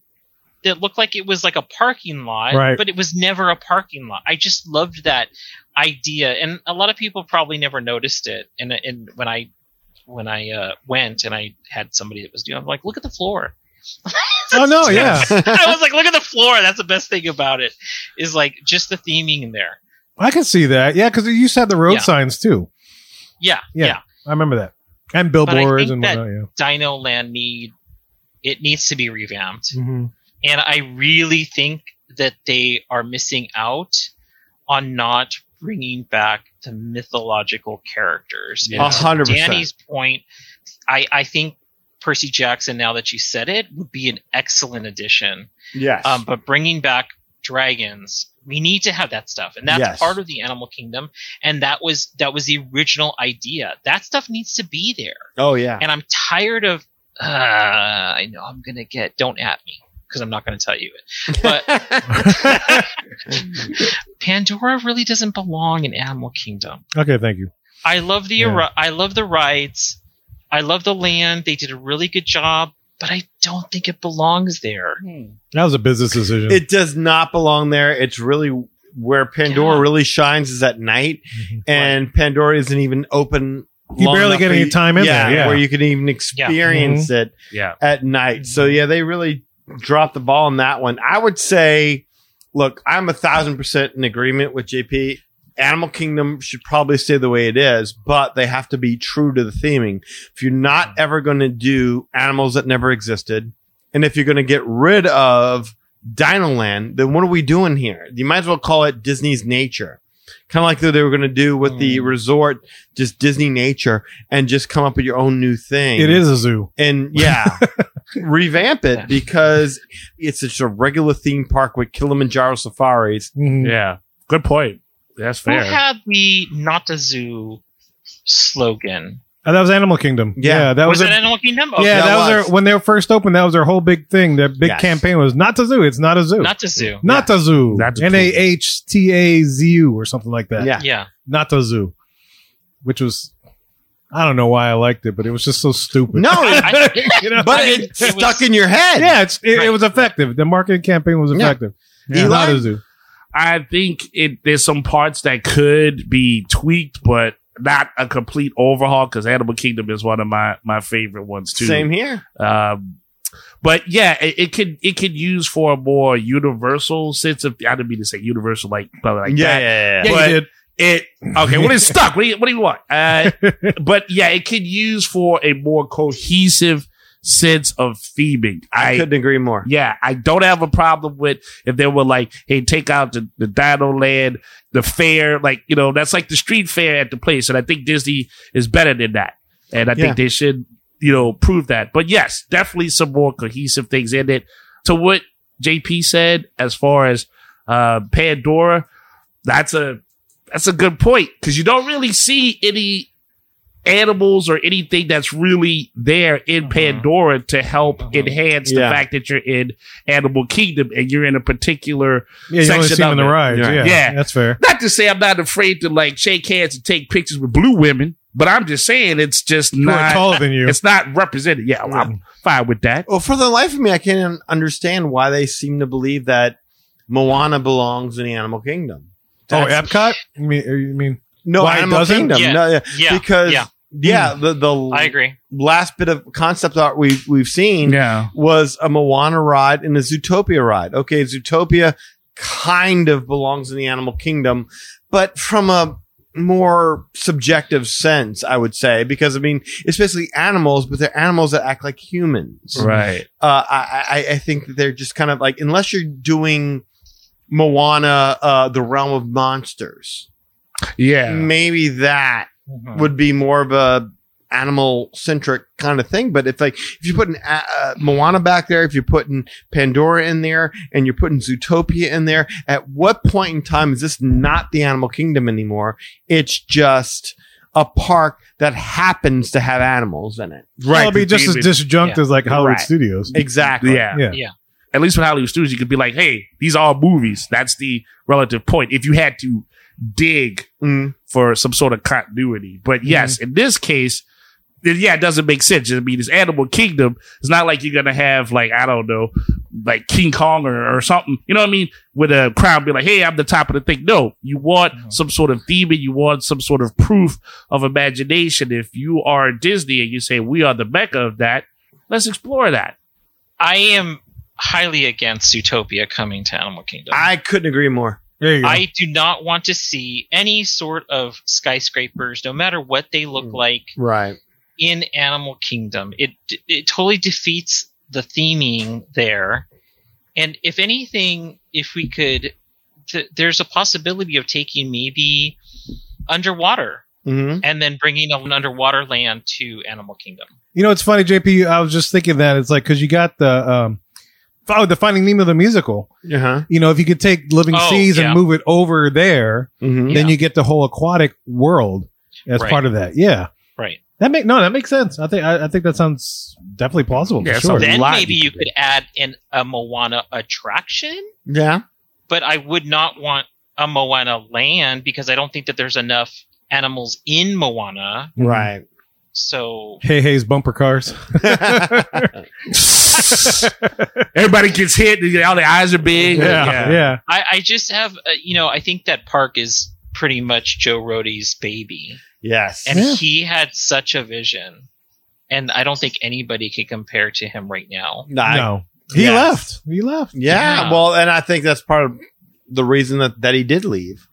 S8: that looked like it was like a parking lot,
S2: Right.
S8: but it was never a parking lot. I just loved that idea, and a lot of people probably never noticed it. And and when I when I uh, went and I had somebody that was doing, I'm like, look at the floor.
S2: Oh no, yeah.
S8: I was like, look at the floor. That's the best thing about it is like just the theming in there.
S2: I can see that. Yeah, because you used to have the road
S8: Yeah.
S2: signs too.
S8: Yeah,
S2: Yeah.
S8: yeah.
S2: I remember that. And
S8: I
S2: billboards
S8: think
S2: and
S8: that-
S2: whatnot. Yeah.
S8: Dino Land need it needs to be revamped.
S3: Mhm.
S2: Mm-hmm.
S8: and I really think that they are missing out on not bringing back the mythological characters.
S3: A
S8: And to
S3: hundred percent.
S8: Danny's point, I, I think Percy Jackson, now that you said it, would be an excellent addition.
S3: Yes.
S8: Um, but bringing back dragons, we need to have that stuff, and that's
S3: Yes.
S8: part of the animal kingdom. And that was that was the original idea. That stuff needs to be there.
S3: oh yeah.
S8: And I'm tired of. Uh, I know I'm gonna get. Don't at me because I'm not gonna tell you it. But Pandora really doesn't belong in Animal Kingdom.
S2: Okay, thank you.
S8: I love the
S2: Yeah.
S8: arri- I love the rides. I love the land. They did a really good job, but I don't think it belongs there.
S2: That was a business decision.
S3: it does not belong there. It's really where Pandora
S8: Yeah.
S3: really shines is at night, and Pandora isn't even open.
S2: Mhm. You
S3: long
S2: barely
S3: enough
S2: get
S3: for
S2: any
S3: you-
S2: time in there, yeah. Mm-hmm.
S3: where you can even experience it
S4: yeah.
S3: at night. So yeah, they really dropped the ball on that one. I would say, look, I'm a thousand percent in agreement with JP. Animal Kingdom should probably stay the way it is, but they have to be true to the theming. If you're
S2: Mm-hmm.
S3: not ever going to do animals that never existed, and if you're going to get rid of Dinoland, then what are we doing here? You might as well call it Disney's Nature. Kind of like they were going to do with the
S2: Mm.
S3: resort, just Disney Nature, and just come up with your own new thing
S2: it is a zoo.
S3: and yeah, revamp it because it's just a regular theme park with Kilimanjaro safaris.
S2: Mhm.
S4: Yeah. Good point. That's
S8: Who
S4: fair.
S8: had the not a zoo slogan?
S2: Oh, that was Animal Kingdom.
S3: Yeah.
S2: that was,
S8: was it
S2: their-
S8: Animal Kingdom? Oh,
S2: yeah,
S3: that
S2: that was,
S3: was.
S2: their when they were first opened. That was their whole big thing. Their big
S3: Yes.
S2: campaign was not to zoo. It's not a zoo.
S8: not to zoo.
S2: not a zoo.
S4: That's cool.
S2: N a h t a z u or something like that.
S3: Yeah.
S8: Yeah,
S2: not a zoo, which was I don't know why I liked it, but it was just so stupid.
S3: No,
S8: I-
S2: you know?
S3: but
S8: I mean,
S3: it's
S8: it
S3: stuck
S8: was-
S3: in your head.
S2: yeah, it's, it, it
S8: Right.
S2: was effective. The marketing campaign was
S3: Yeah.
S2: effective.
S4: Yeah.
S2: Not
S3: Eli?
S2: a zoo.
S4: I think it there's some parts that could be tweaked, but not a complete overhaul because Animal Kingdom is one of my my favorite ones too.
S3: Same here.
S4: Um, but yeah, it, it could it could use for a more universal sense of. I didn't mean to say universal like, but like that.
S3: yeah,
S4: yeah.
S2: But-
S4: It okay. Well, it's stuck. What do you, what do you want? Uh, but yeah, it could use for a more cohesive sense of theming.
S3: I
S4: I
S3: couldn't agree more.
S4: yeah, I don't have a problem with if they were like, hey, take out the, the Dino Land, the fair, like, you know, that's like the street fair at the place. And I think Disney is better than that. And I
S3: Yeah.
S4: think they should, you know, prove that. But yes, definitely some more cohesive things in it. To what JP said as far as uh, Pandora, that's a that's a good point because you don't really see any animals or anything that's really there in
S8: Mhm.
S4: Pandora to help
S8: Mhm.
S4: enhance the
S3: Yeah.
S4: fact that you're in Animal Kingdom and you're in a particular.
S2: Yeah, you only
S4: Section
S2: see them in
S4: of
S2: the
S4: it.
S2: rides.
S3: Yeah.
S2: Yeah.
S4: Yeah.
S2: that's fair.
S4: Not to say I'm not afraid to like shake hands and take pictures with blue women, but I'm just saying it's just
S2: Who are
S4: not.
S2: taller than you?
S4: It's not represented. Yeah, well, I'm fine with that.
S3: Well, for the life of me, I can't understand why they seem to believe that Moana belongs in the Animal Kingdom.
S2: Oh,
S3: That's-
S2: Epcot? You mean, you mean
S3: no,
S2: why it
S3: Animal
S2: doesn't?
S3: Kingdom.
S8: Yeah.
S3: No, yeah.
S8: yeah,
S3: because yeah,
S8: yeah.
S3: the the
S8: I agree.
S3: last bit of concept art we've we've seen
S4: Yeah,
S3: was a Moana ride and a Zootopia ride. Okay, Zootopia kind of belongs in the animal kingdom, but from a more subjective sense, I would say, because I mean, it's basically animals, but they're animals that act like humans.
S4: right.
S3: Uh, I, I, I think that they're just kind of like, unless you're doing Moana, uh, the realm of monsters,
S4: Yeah,
S3: maybe that would be more of a animal centric kind of thing. But if like if you're putting uh, uh, Moana back there, if you're putting Pandora in there, and you're putting Zootopia in there, at what point in time is this not the animal kingdom anymore? It's just a park that happens to have animals in it.
S2: right? It'll be just as disjunct
S8: Yeah.
S2: as like Hollywood
S3: Right.
S2: Studios.
S3: Exactly.
S4: Yeah.
S2: Yeah.
S8: Yeah.
S4: At least with Hollywood Studios, you could be like, hey, these are movies. That's the relative point. If you had to dig
S3: Mm.
S4: for some sort of continuity. But yes, in this case, then yeah, it doesn't make sense. I mean, it's Animal Kingdom. It's not like you're gonna have like I don't know, like King Kong or, or something. You know what I mean? With a crowd be like, "Hey, I'm the top of the thing." No, you want some sort of theme and you want some sort of proof of imagination. If you are Disney and you say we are the mecca of that, let's explore that.
S8: I am highly against Utopia coming to Animal Kingdom.
S3: I couldn't agree more.
S2: There you go.
S8: I do not want to see any sort of skyscrapers, no matter what they look
S3: Mm.
S8: like,
S3: Right.
S8: in Animal Kingdom. It it totally defeats the theming there. And if anything, if we could, th- there's a possibility of taking maybe underwater
S3: hmm
S8: and then bringing an underwater land to Animal Kingdom.
S2: You know, it's funny, JP. I was just thinking that it's like because you got the um, oh, the Finding Nemo the musical.
S3: Uh-huh.
S2: You know, if you could take Living
S8: Oh,
S2: Seas
S8: yeah.
S2: and move it over there,
S3: hmm
S2: then
S8: Yeah.
S2: you get the whole aquatic world as
S8: Right.
S2: part of that. Yeah,
S8: Right.
S2: that make no, that makes sense. I think I, I think that sounds definitely plausible.
S4: Yeah,
S2: for sure.
S4: something-
S8: Then
S4: lot
S8: maybe
S4: you
S8: you
S4: could
S8: could add an, a Moana attraction,
S3: Yeah.
S8: but I would not want a Moana land because I don't think that there's enough animals in Moana.
S2: Mm-hmm.
S3: Right.
S8: So
S2: Hey, hey's bumper cars.
S4: Everybody gets hit. and All their eyes are big.
S2: yeah, yeah.
S8: I, I just have, uh, you know, I think that park is pretty much Joe Rohde's baby,
S3: yes.
S8: and
S2: Yeah.
S8: he had such a vision, and I don't think anybody could compare to him right now.
S3: No, I-
S2: no, he
S3: Yes.
S2: left. He left.
S3: Yeah,
S8: Yeah.
S3: well, and I think that's part of the reason that, that he did leave.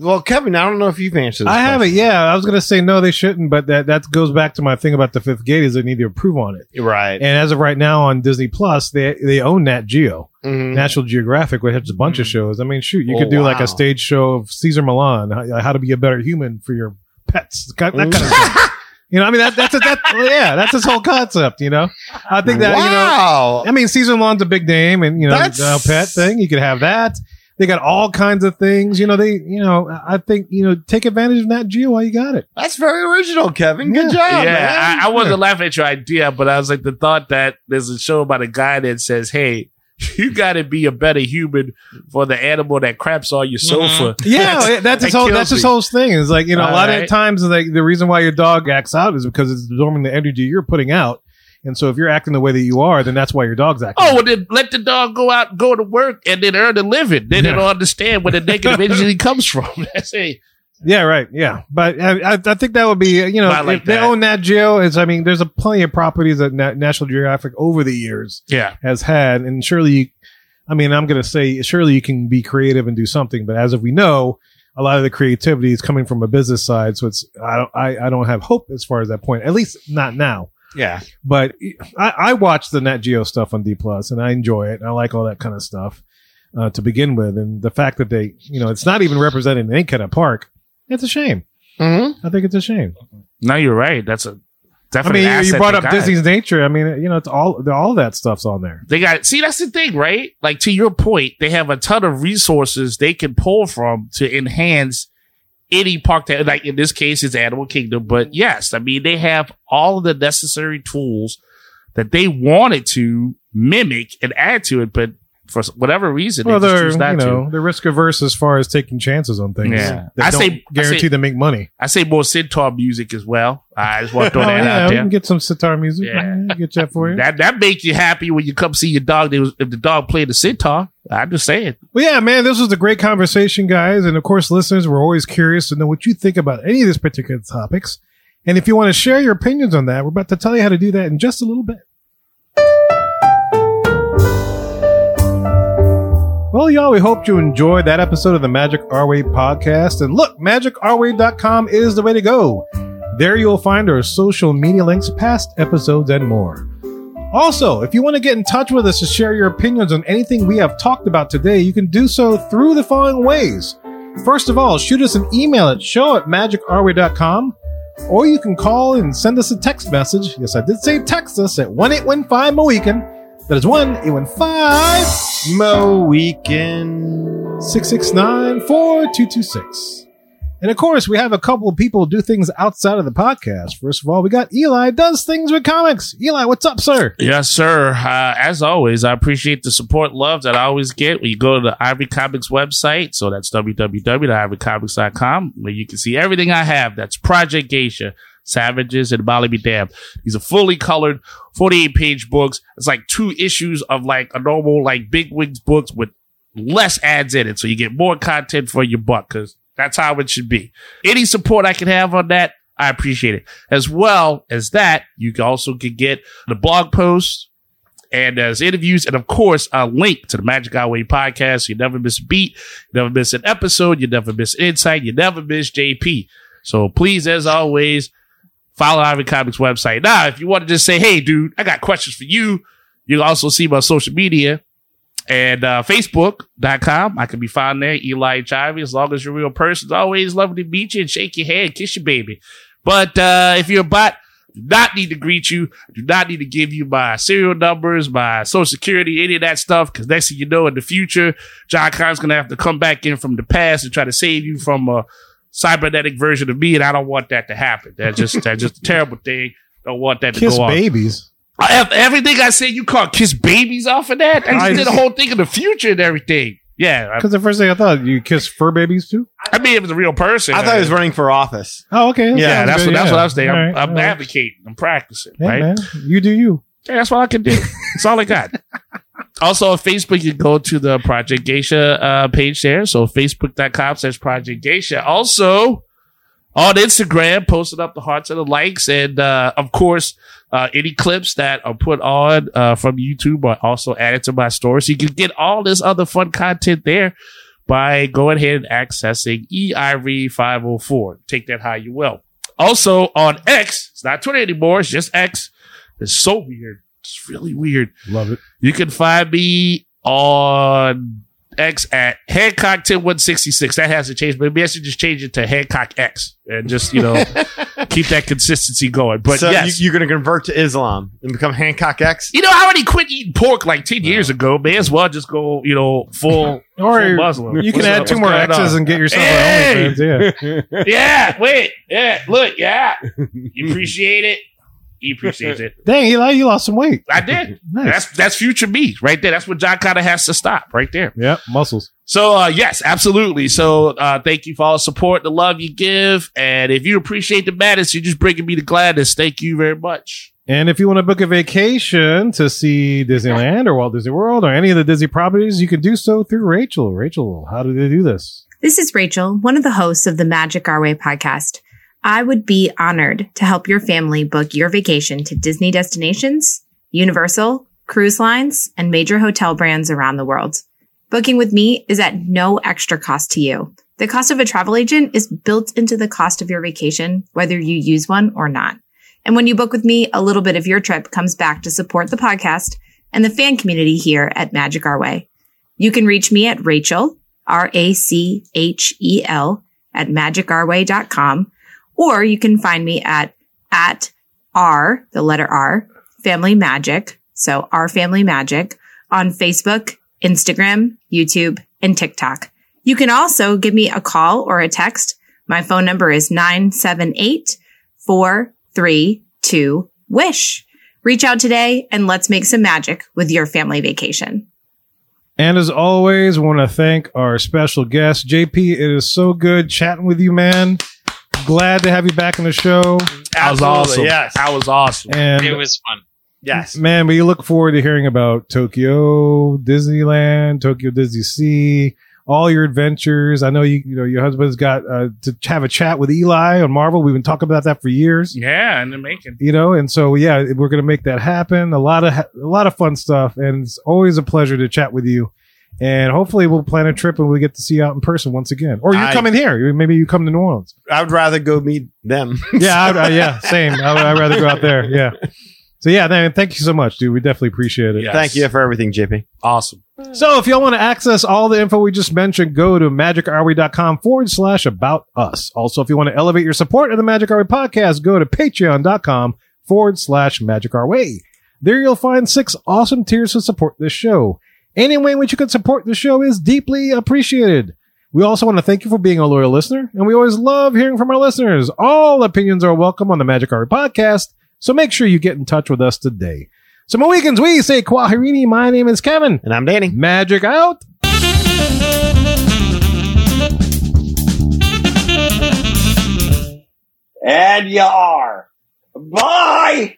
S3: Well, Kevin, I don't know if you've answered. This
S2: I have it.
S3: question.
S2: Yeah, I was gonna say no, they shouldn't, but that that goes back to my thing about the fifth gate is they need to approve on it.
S3: right.
S2: And as of right now on Disney Plus, they they own Nat Geo,
S4: Mm-hmm.
S3: Mhm.
S2: National Geographic, which has a bunch of shows. I mean, shoot, you
S3: Oh,
S2: could do like
S3: wow.
S2: a stage show of Caesar Milan, how, how to be a better human for your pets, that kind of thing. You know, I mean that that's a, that yeah, that's his whole concept. You know, I think that you know
S3: wow.
S2: I mean, Caesar Milan's a big name, and you know,
S3: That's-
S2: the pet thing. You could have that. They got all kinds of things. You know, they, you know, I think, you know, take advantage of Nat Geo while you got it.
S3: That's very original, Kevin. Good job,
S4: yeah,
S3: man.
S4: I, I wasn't laughing at your idea, but I was like the thought that there's a show about a guy that says, "Hey, you got to be a better human for the animal that craps on your sofa."
S2: Yeah, that's, his
S4: that
S2: whole.
S4: kills
S2: That's his
S4: me.
S2: whole thing. Is like you know, a
S4: All
S2: lot of
S4: right.
S2: times, like the reason why your dog acts out is because it's absorbing the energy you're putting out, and so if you're acting the way that you are, then that's why your dog's acting.
S4: Oh, well, then let the dog go out, go to work, and then earn a living. Then it'll understand where the negative energy comes from. That's it.
S2: yeah, right, yeah. But I, I, I think that would be you know,
S4: I like
S2: if they
S4: that.
S2: own Nat Geo. Is I mean, there's a plenty of properties that Na- National Geographic over the years
S4: Yeah.
S2: has had, and surely, you, I mean, I'm gonna say surely you can be creative and do something, but as of we know. A lot of the creativity is coming from a business side, so it's I don't I, I don't have hope as far as that point. At least not now.
S3: yeah.
S2: but I, I watch the Nat Geo stuff on D Plus, and I enjoy it. And I like all that kind of stuff uh, to begin with, and the fact that they, you know, it's not even represented in any kind of park. It's a shame.
S3: Mhm.
S2: I think it's a shame.
S4: No, you're right. That's a
S2: I
S4: definitely.
S2: mean, you- you,
S4: asset
S2: brought
S4: they
S2: up
S4: got.
S2: Disney's nature. I mean, you know, it's all all that stuff's on there.
S4: They got see that's the thing, right? Like to your point, they have a ton of resources they can pull from to enhance any park that like in this case it's Animal Kingdom,
S2: Mm-hmm.
S4: but yes, I mean they have all of the necessary tools that they wanted to mimic and add to it, but for whatever reason
S2: well,
S4: they just
S2: they're
S4: choose not
S2: you
S4: to.
S2: know they're risk averse as far as taking chances on things.
S4: Yeah.
S2: that
S4: I
S2: don't
S4: say- I
S2: guarantee
S4: say-
S2: to make money.
S4: I say more centaur music as well. I just want to
S2: Oh,
S4: throw that
S2: yeah,
S4: out
S2: we
S4: there.
S2: can get some sitar music.
S4: Yeah.
S2: Yeah, we can get that for you.
S4: That that makes you happy when you come see your dog. They was, if the dog played the sitar, I'm just saying.
S2: Well, yeah, man, this was a great conversation, guys. And of course, listeners, we're always curious to know what you think about any of these particular topics. And if you want to share your opinions on that, we're about to tell you how to do that in just a little bit. Well, y'all, we hope you enjoyed that episode of the Magic Our Way podcast. And look, magicourway.com is the way to go. There you'll find our social media links, past episodes, and more. Also, if you want to get in touch with us to share your opinions on anything we have talked about today, you can do so through the following ways. First of all, shoot us an email at show at magicourway.com, or you can call and send us a text message. Yes, I did say text us at 1 815 Mohican. That is 1 815 Mo
S3: Weekend.
S2: 669 4226. And of course, we have a couple of people who do things outside of the podcast. First of all, we got Eli does things with comics. Eli, what's up, sir?
S4: Yes, sir. Uh, as always, I appreciate the support, love that I always get when you go to the Ivory Comics website. So that's www.ivorycomics.com, where you can see everything I have. That's Project Geisha, Savages, and Molly Be Damned. These are fully colored, 48 page books. It's like two issues of like a normal, like Big Wigs books with less ads in it. So you get more content for your buck because that's how it should be. Any support I can have on that, I appreciate it. As well as that, you can also can get the blog posts and there's interviews and of course a link to the Magic Highway podcast. You never miss a beat, you never miss an episode, you never miss insight, you never miss JP. So please, as always, follow Ivan Comics website. Now, if you want to just say, hey dude, I got questions for you, you can also see my social media and uh, Facebook.com. I can be found there, Eli Chivy. As long as you're a real person, it's always lovely to meet you and shake your hand, kiss your baby. But uh, if you're a bot, do not need to greet you. Do not need to give you my serial numbers, my social security, any of that stuff. Because next thing you know, in the future, John Connor's going to have to come back in from the past and try to save you from a cybernetic version of me, and I don't want that to happen. That's just that's just a terrible thing. Don't want that to
S2: Kiss
S4: go on.
S2: babies.
S4: I have everything I said. You can't kiss babies off of that. I just
S2: I
S4: did a
S2: just-
S4: whole thing of the future and everything. Yeah,
S2: Because the first thing I thought, you kiss fur babies too?
S4: I, I mean, it was a real person.
S3: I thought he was running for office.
S2: Oh, okay. that
S4: yeah,
S2: sounds
S4: that's
S2: good,
S4: what that's
S2: yeah.
S4: what I was saying.
S2: All
S4: I'm,
S2: right,
S4: I'm
S2: all right.
S4: advocating. I'm practicing.
S2: Yeah,
S4: right?
S2: man. You do you.
S4: Yeah, that's all I can do. That's all I got. also, on Facebook, you can go to the Project Geisha uh, page there. So, facebook.com slash Project Geisha. Also, on Instagram, posting up the hearts and the likes. And, uh, of course, uh, any clips that are put on uh, from YouTube are also added to my store. So, you can get all this other fun content there by going ahead and accessing E EIV504. Take that how you will. Also, on X, it's not Twitter anymore, it's just X. It's so weird. It's really weird.
S2: Love it.
S4: You can find me on X at Hancock 10166. That hasn't changed, but maybe I should just change it to Hancock X and just, you know, keep that consistency going. But
S3: so
S4: yes. You,
S3: you, you're going to convert to Islam and become Hancock X.
S4: know, I already quit eating pork like 10 years ago. May as well just go, you know, full, full
S2: Or
S4: Muslim.
S2: you can
S4: What's
S2: add
S4: up?
S2: two
S4: What's
S2: more
S4: going
S2: X's
S4: on?
S2: and get yourself
S4: Hey!
S2: an OnlyFans. Yeah.
S4: yeah, wait. Yeah, look, yeah. You appreciate it. He appreciates it.
S2: Dang, Eli, you lost some weight.
S4: I did.
S2: Nice.
S4: That's that's future me right there. That's what John kind of has to stop right there.
S2: Yep, muscles.
S4: So uh, yes, absolutely. So uh, thank you for all the support, the love you give, and if you appreciate the madness, you're just bringing me the gladness. Thank you very much.
S2: And if you want to book a vacation to see Disneyland or Walt Disney World or any of the Disney properties, you can do so through Rachel. Rachel, how do they do this?
S9: This is Rachel, one of the hosts of the Magic Our Way podcast. I would be honored to help your family book your vacation to Disney destinations, Universal, cruise lines, and major hotel brands around the world. Booking with me is at no extra cost to you. The cost of a travel agent is built into the cost of your vacation, whether you use one or not. And when you book with me, a little bit of your trip comes back to support the podcast and the fan community here at Magic Our Way. You can reach me at Rachel, R A C H E L, at magicourway.com, or you can find me at, at R, the letter R, Family Magic. So R Family Magic on Facebook, Instagram, YouTube, and TikTok. You can also give me a call or a text. My phone number is 978 432 WISH. Reach out today and let's make some magic with your family vacation.
S2: And as always, I want to thank our special guest, JP. It is so good chatting with you, man. Glad to have you back on the show.
S4: That was
S3: Absolutely,
S4: awesome.
S3: Yes.
S4: That was awesome.
S2: And
S8: It was fun.
S3: Yes.
S2: man, we look forward to hearing about Tokyo Disneyland, Tokyo Disney Sea, all your adventures. I know you, you know, your husband's got uh, to have a chat with Eli on Marvel. We've been talking about that for years.
S4: Yeah, in the making.
S2: you know and so yeah we're gonna make that happen a lot of a lot of fun stuff and it's always a pleasure to chat with you and hopefully we'll plan a trip and we get to see you out in person once again or you
S3: I-
S2: come in here maybe you come to new orleans
S3: I would rather go meet them.
S2: yeah I, I, yeah same I would, i'd rather go out there yeah so yeah man, thank you so much dude we definitely appreciate it
S4: Yes.
S3: Thank you for everything, JP.
S4: Awesome.
S2: so if y'all want to access all the info we just mentioned, go to magicourway.com forward slash about us. Also, if you want to elevate your support of the Magic Our Way podcast, go to patreon.com forward slash magic our way. There you'll find six awesome tiers to support this show. Any way in which you can support the show is deeply appreciated. We also want to thank you for being a loyal listener, and we always love hearing from our listeners. All opinions are welcome on the Magic Our Way podcast, so make sure you get in touch with us today. So, my weekends, we say Kwahirini. My name is Kevin.
S3: And I'm Danny.
S2: Magic out.
S6: And you are. Bye!